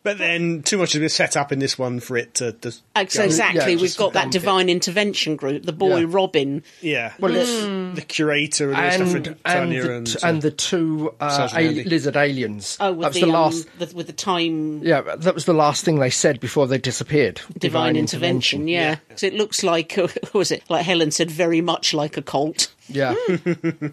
Speaker 2: But then too much has been set up in this one for it to. to
Speaker 1: Ex-
Speaker 2: go-
Speaker 1: exactly.
Speaker 4: yeah,
Speaker 1: We've
Speaker 4: just
Speaker 1: got that
Speaker 4: dump it.
Speaker 1: divine intervention group, the boy
Speaker 4: Yeah.
Speaker 1: Robin.
Speaker 2: Yeah. Mm.
Speaker 4: Well, it's-
Speaker 1: Hmm.
Speaker 2: the curator and, all
Speaker 4: and,
Speaker 2: stuff for
Speaker 4: and,
Speaker 2: Tanya
Speaker 4: the,
Speaker 2: and,
Speaker 4: t-
Speaker 2: uh,
Speaker 4: and the two uh,
Speaker 2: Sergeant
Speaker 4: a-
Speaker 2: Andy.
Speaker 4: lizard aliens.
Speaker 1: Oh, with
Speaker 4: that was
Speaker 1: the,
Speaker 4: the
Speaker 1: um,
Speaker 4: last.
Speaker 1: the, with the time divine,
Speaker 4: Yeah, that was the last thing they said before they disappeared.
Speaker 1: intervention. Yeah. So it looks like what was it like Helen said, very much like a cult,
Speaker 4: Yeah,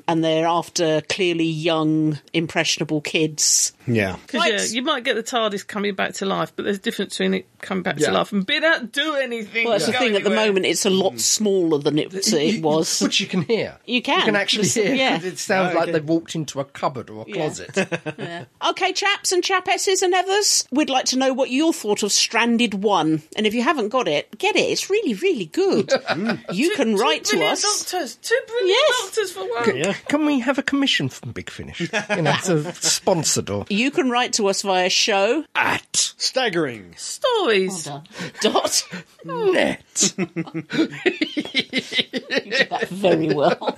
Speaker 1: and they're after clearly young, impressionable kids.
Speaker 2: yeah.
Speaker 3: Because yeah,
Speaker 1: Lights.
Speaker 3: you might get the TARDIS coming back to life, but there's a difference between it coming back
Speaker 4: Yeah.
Speaker 3: to life and being able to do anything.
Speaker 1: Well, that's
Speaker 3: go
Speaker 1: the thing. At the
Speaker 3: anywhere.
Speaker 1: moment, it's a
Speaker 4: Hmm.
Speaker 1: lot smaller than it, it was.
Speaker 4: which you can hear.
Speaker 1: You can.
Speaker 4: You can actually hear.
Speaker 1: Yeah.
Speaker 4: It sounds
Speaker 2: Oh, okay.
Speaker 4: like they've walked into a cupboard or a closet.
Speaker 1: Okay, chaps and chapesses and others, we'd like to know what you thought of Stranded One. And if you haven't got it, get it. It's really, really good. you can write
Speaker 3: Mm. Two
Speaker 1: to
Speaker 3: brilliant
Speaker 1: us.
Speaker 3: Doctors, two brilliant
Speaker 1: Yes.
Speaker 3: doctors for one.
Speaker 2: Yeah.
Speaker 4: Can we have a commission from Big Finish? You know, to sponsored or
Speaker 1: You can write to us via show
Speaker 4: at
Speaker 2: Staggering.
Speaker 3: Stories.
Speaker 1: dot.
Speaker 4: net.
Speaker 1: You did that very well.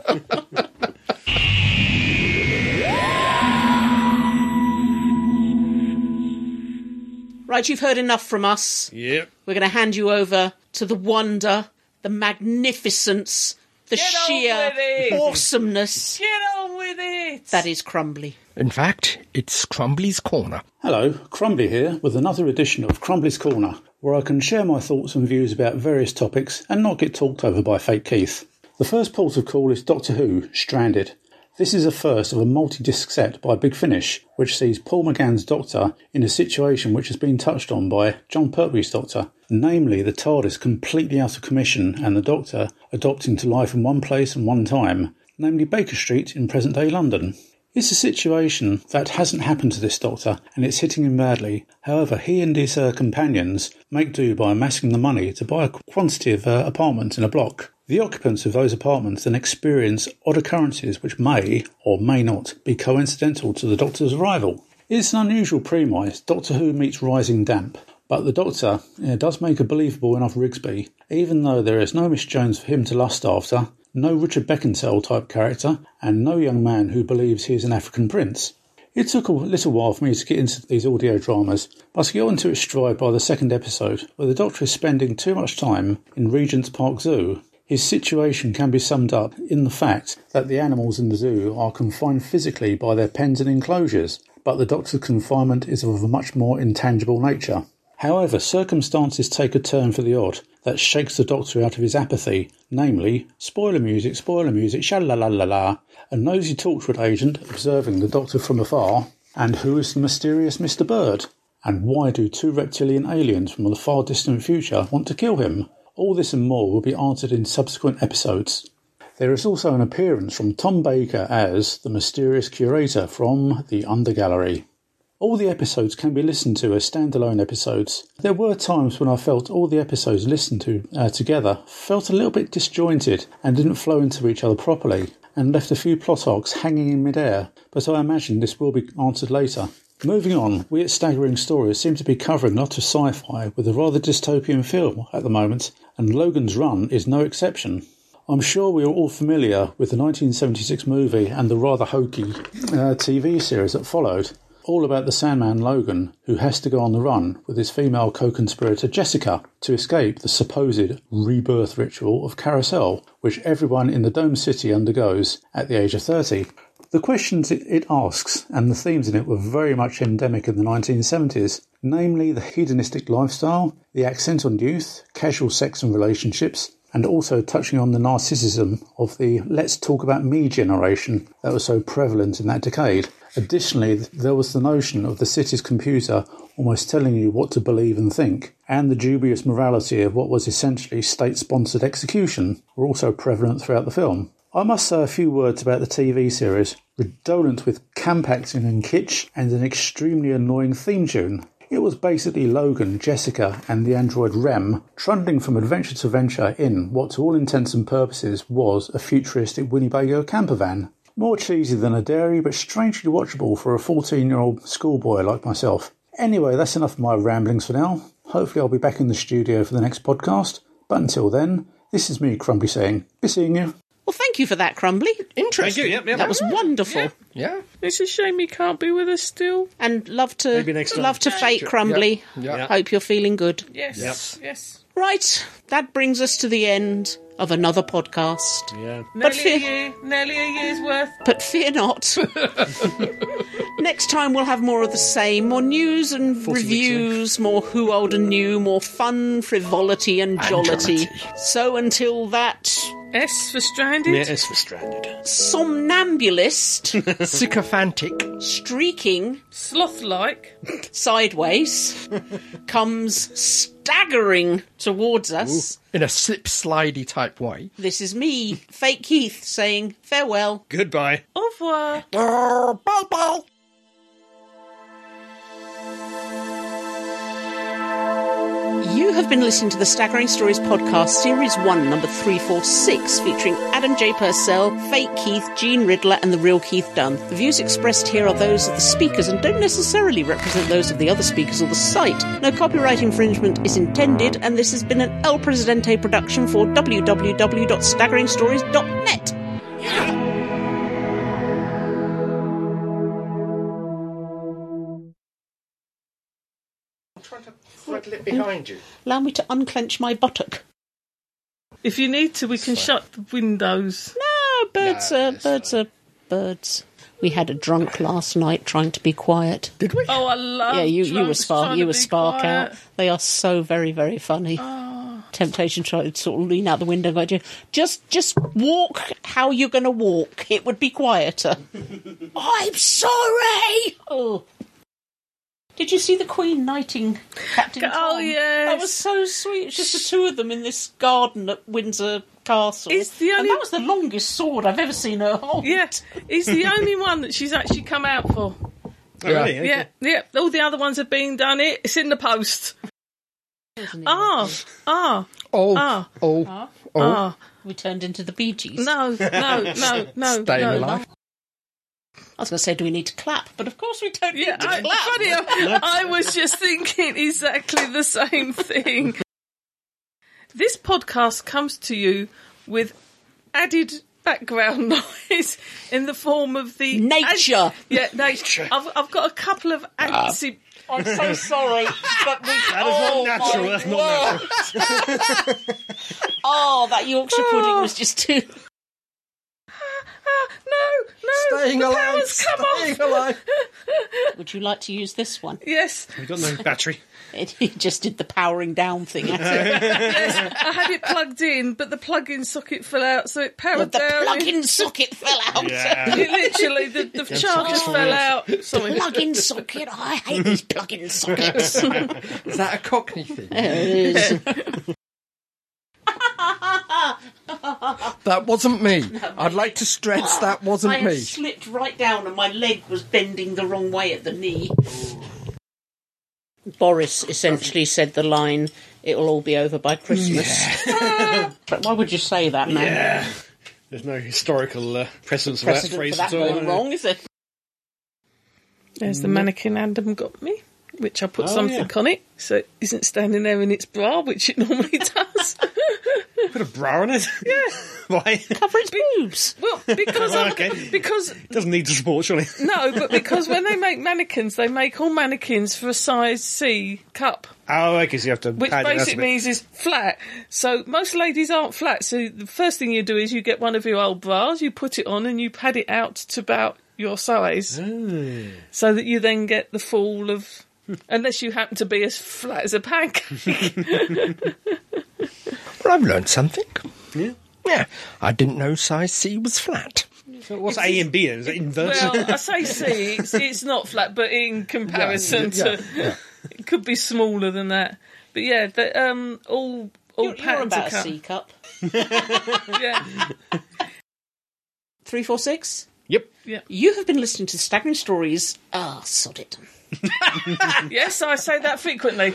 Speaker 1: right, you've heard enough from us.
Speaker 2: Yep.
Speaker 1: We're going to hand you over to the wonder, the magnificence, the
Speaker 3: Get on
Speaker 1: sheer
Speaker 3: with it.
Speaker 1: awesomeness
Speaker 3: Get on with it.
Speaker 1: that is Crumbly.
Speaker 4: In fact, it's Crumbly's corner.
Speaker 5: Hello, Crumbly here with another edition of Crumbly's Corner, where I can share my thoughts and views about various topics and not get talked over by fake Keith. The first port of call is Doctor Who Stranded. This is a first of a multi disc set by Big Finish, which sees Paul McGann's Doctor in a situation which has been touched on by John Pertwee's Doctor, namely the TARDIS completely out of commission and the Doctor adopting to life in one place and one time, namely Baker Street in present day London. It's a situation that hasn't happened to this doctor and it's hitting him badly. However, he and his uh, companions make do by amassing the money to buy a quantity of uh, apartments in a block. The occupants of those apartments then experience odd occurrences which may or may not be coincidental to the doctor's arrival. It's an unusual premise Doctor Who meets Rising Damp, but the Doctor eh, does make a believable enough Rigsby, even though there is no Miss Jones for him to lust after, no Richard Beckinsale type character, and no young man who believes he is an African prince. It took a little while for me to get into these audio dramas, but I got into its stride by the second episode, where the Doctor is spending too much time in Regent's Park Zoo. His situation can be summed up in the fact that the animals in the zoo are confined physically by their pens and enclosures, but the Doctor's confinement is of a much more intangible nature. However, circumstances take a turn for the odd that shakes the Doctor out of his apathy, namely, spoiler music, spoiler music, sha-la-la-la-la, a nosy Torchwood agent observing the Doctor from afar, and who is the mysterious Mr. Bird? And why do two reptilian aliens from the far distant future want to kill him? All this and more will be answered in subsequent episodes. There is also an appearance from Tom Baker as the mysterious curator from the Undergallery. All the episodes can be listened to as standalone episodes. There were times when I felt all the episodes listened to uh, together felt a little bit disjointed and didn't flow into each other properly, and left a few plot arcs hanging in midair, but I imagine this will be answered later. Moving on, we at Staggering Stories seem to be covering a lot of sci fi with a rather dystopian feel at the moment, and Logan's Run is no exception. I'm sure we are all familiar with the 1976 movie and the rather hokey uh, TV series that followed, all about the Sandman Logan, who has to go on the run with his female co conspirator Jessica to escape the supposed rebirth ritual of Carousel, which everyone in the Dome City undergoes at the age of 30. The questions it, it asks and the themes in it were very much endemic in the 1970s, namely the hedonistic lifestyle, the accent on youth, casual sex and relationships, and also touching on the narcissism of the let's talk about me generation that was so prevalent in that decade. Additionally, th- there was the notion of the city's computer almost telling you what to believe and think, and the dubious morality of what was essentially state sponsored execution were also prevalent throughout the film. I must say a few words about the TV series, redolent with camp acting and kitsch, and an extremely annoying theme tune. It was basically Logan, Jessica, and the android Rem trundling from adventure to adventure in what, to all intents and purposes, was a futuristic Winnebago camper van. More cheesy than a dairy, but strangely watchable for a 14 year old schoolboy like myself. Anyway, that's enough of my ramblings for now. Hopefully, I'll be back in the studio for the next podcast. But until then, this is me, Crumbly, saying, be seeing you.
Speaker 1: Well, thank you for that, Crumbly.
Speaker 2: Thank you.
Speaker 4: Interesting.
Speaker 2: Yep, yep.
Speaker 1: That was
Speaker 3: Mm.
Speaker 1: wonderful.
Speaker 4: Yeah.
Speaker 3: It's a shame he can't be with us still.
Speaker 1: And love to
Speaker 2: Maybe next time.
Speaker 1: love to fate Crumbly.
Speaker 4: Yeah. Yeah.
Speaker 1: Hope you're feeling good.
Speaker 3: Yes. Yes.
Speaker 1: Right, that brings us to the end of another podcast.
Speaker 2: Yeah.
Speaker 1: But
Speaker 3: nearly a
Speaker 1: fear,
Speaker 3: year, nearly a year's worth.
Speaker 1: but fear not. Next time we'll have more of the same, more news and reviews, more who old and new, more fun, frivolity and jollity. So until that
Speaker 3: S for stranded.
Speaker 2: Yeah, it's for stranded.
Speaker 1: somnambulist
Speaker 4: Sycophantic.
Speaker 1: streaking
Speaker 3: Sloth like.
Speaker 1: sideways comes staggering towards us.
Speaker 4: In a slip slidey type way.
Speaker 1: This is me, Fake Keith, saying farewell.
Speaker 2: Goodbye. Oh,
Speaker 3: Au revoir.
Speaker 4: Bow, bow.
Speaker 1: You have been listening to the Staggering Stories podcast, series one, number 346, featuring Adam J. Purcell, Fake Keith, Gene Riddler, and the real Keith Dunn. The views expressed here are those of the speakers and don't necessarily represent those of the other speakers or the site. No copyright infringement is intended, and this has been an El Presidente production for www.staggeringstories.net.
Speaker 4: Fladdle it behind you.
Speaker 1: Allow me to unclench my buttock.
Speaker 3: If you need to, we can shut the windows.
Speaker 1: No, birds
Speaker 4: No,
Speaker 1: are
Speaker 4: it's
Speaker 1: birds are birds. We had a drunk last night trying to be quiet.
Speaker 4: Did we?
Speaker 3: Oh, I love.
Speaker 1: yeah, you, you were
Speaker 3: drunks
Speaker 1: spark
Speaker 3: trying
Speaker 1: you
Speaker 3: to
Speaker 1: were
Speaker 3: be
Speaker 1: spark
Speaker 3: quiet. Ah.
Speaker 1: out. They are so very very funny. Temptation tried to sort of lean out the window. and Go, just just walk how you're going to walk. It would be quieter. I'm sorry. Oh. Did you see the Queen knighting Captain?
Speaker 3: Oh,
Speaker 1: Tom?
Speaker 3: yes.
Speaker 1: that was so sweet. It's just the two of them in this garden at Windsor Castle.
Speaker 3: It's the
Speaker 1: And
Speaker 3: only-
Speaker 1: that was the longest sword I've ever seen her hold.
Speaker 3: Yeah, he's the only one that she's actually come out for.
Speaker 2: Oh, really? Okay.
Speaker 3: Yeah, yeah. All the other ones have been done. It. It's in the post. Ah, ah,
Speaker 4: Oh,
Speaker 3: Ah.
Speaker 4: oh, oh,
Speaker 3: ah.
Speaker 1: we turned into the Bee Gees.
Speaker 3: No, no, no, no.
Speaker 4: staying
Speaker 3: no.
Speaker 4: alive.
Speaker 1: I was going to say, do we need to clap? But of course we don't
Speaker 3: Yeah,
Speaker 1: need to
Speaker 3: I,
Speaker 1: clap.
Speaker 3: funny. I, I was just thinking exactly the same thing. This podcast comes to you with added background noise in the form of the
Speaker 1: Nature.
Speaker 3: yeah, nature. I've, I've got a couple of
Speaker 4: Ah.
Speaker 3: antsy.
Speaker 1: I'm so sorry, but we.
Speaker 2: That is
Speaker 1: oh
Speaker 2: not natural.
Speaker 1: my
Speaker 2: That's not
Speaker 1: word.
Speaker 2: natural.
Speaker 1: Oh, that Yorkshire pudding was just too.
Speaker 3: Ah, no, no,
Speaker 4: Staying
Speaker 3: the
Speaker 4: alive.
Speaker 3: power's come
Speaker 4: Staying
Speaker 3: off.
Speaker 4: alive.
Speaker 1: Would you like to use this one?
Speaker 3: Yes,
Speaker 2: We don't know battery.
Speaker 1: It, he just did the powering down thing at it.
Speaker 3: I had it plugged in, but the plug-in socket fell out, so it powered
Speaker 1: But the
Speaker 3: down.
Speaker 1: plug-in socket fell out.
Speaker 2: Yeah.
Speaker 3: It literally, the, the charger
Speaker 4: Oh,
Speaker 2: socket's
Speaker 3: fell
Speaker 2: falling
Speaker 3: out. Sorry.
Speaker 1: Plug-in socket. I hate these plug-in sockets.
Speaker 4: Is that a Cockney thing? That wasn't me. I'd like to stress that
Speaker 1: I
Speaker 4: wasn't
Speaker 1: had
Speaker 4: me.
Speaker 1: slipped right down, and my leg was bending the wrong way at the knee. Boris essentially said the line, "It'll all be over by Christmas." But Why would you say that, man?
Speaker 2: There's no historical uh,
Speaker 1: Precedent
Speaker 2: precedence, for that
Speaker 1: for
Speaker 2: phrase
Speaker 1: that
Speaker 2: at all.
Speaker 1: going
Speaker 2: yeah.
Speaker 1: wrong, is it?
Speaker 3: There's the mannequin Adam got me, which I put
Speaker 2: Oh,
Speaker 3: something
Speaker 2: yeah.
Speaker 3: on it, so it isn't standing there in its bra, which it normally does.
Speaker 2: Put a bra on it. Yeah. Why?
Speaker 1: Cover its boobs.
Speaker 3: well, because I'm,
Speaker 2: Okay.
Speaker 3: because
Speaker 2: Doesn't need to support, surely.
Speaker 3: no, but because when they make mannequins, they make all mannequins for a size C cup,
Speaker 2: Oh, okay, so you have to
Speaker 3: which
Speaker 2: pad it out a
Speaker 3: basically
Speaker 2: bit.
Speaker 3: means is flat. So most ladies aren't flat. So the first thing you do is you get one of your old bras, you put it on, and you pad it out to about your size,
Speaker 2: Mm.
Speaker 3: so that you then get the full of. Unless you happen to be as flat as a pancake.
Speaker 4: Well, I've learned something.
Speaker 2: Yeah.
Speaker 4: Yeah, I didn't know size C was flat.
Speaker 2: So what's A and B? then? Is it inverse?
Speaker 3: Well, I say C, it's, it's not flat, but in comparison to, it could be smaller than that. But yeah, the, um, all all
Speaker 1: You're, you're
Speaker 3: patterns are
Speaker 1: about a
Speaker 3: cut.
Speaker 1: C cup.
Speaker 3: Yeah,
Speaker 1: Three, four, six.
Speaker 2: yep.
Speaker 1: You have been listening to Staggering Stories. Ah, sod it.
Speaker 3: yes, I say that frequently.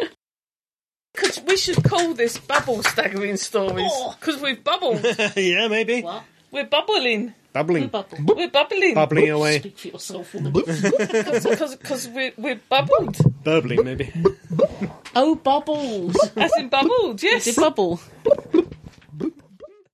Speaker 3: 'Cause we should call this bubble staggering stories
Speaker 1: Oh.
Speaker 3: because we've bubbled,
Speaker 2: yeah, maybe.
Speaker 1: What?
Speaker 3: we're bubbling,
Speaker 2: Bubbling.
Speaker 1: Bubble.
Speaker 3: we're bubbling,
Speaker 2: Bubbling away.
Speaker 1: Speak for yourself, woman.
Speaker 3: because we're we're bubbled,
Speaker 2: Burbling, maybe.
Speaker 1: oh, bubbles.
Speaker 3: as in bubbled. Yes,
Speaker 1: Did bubble.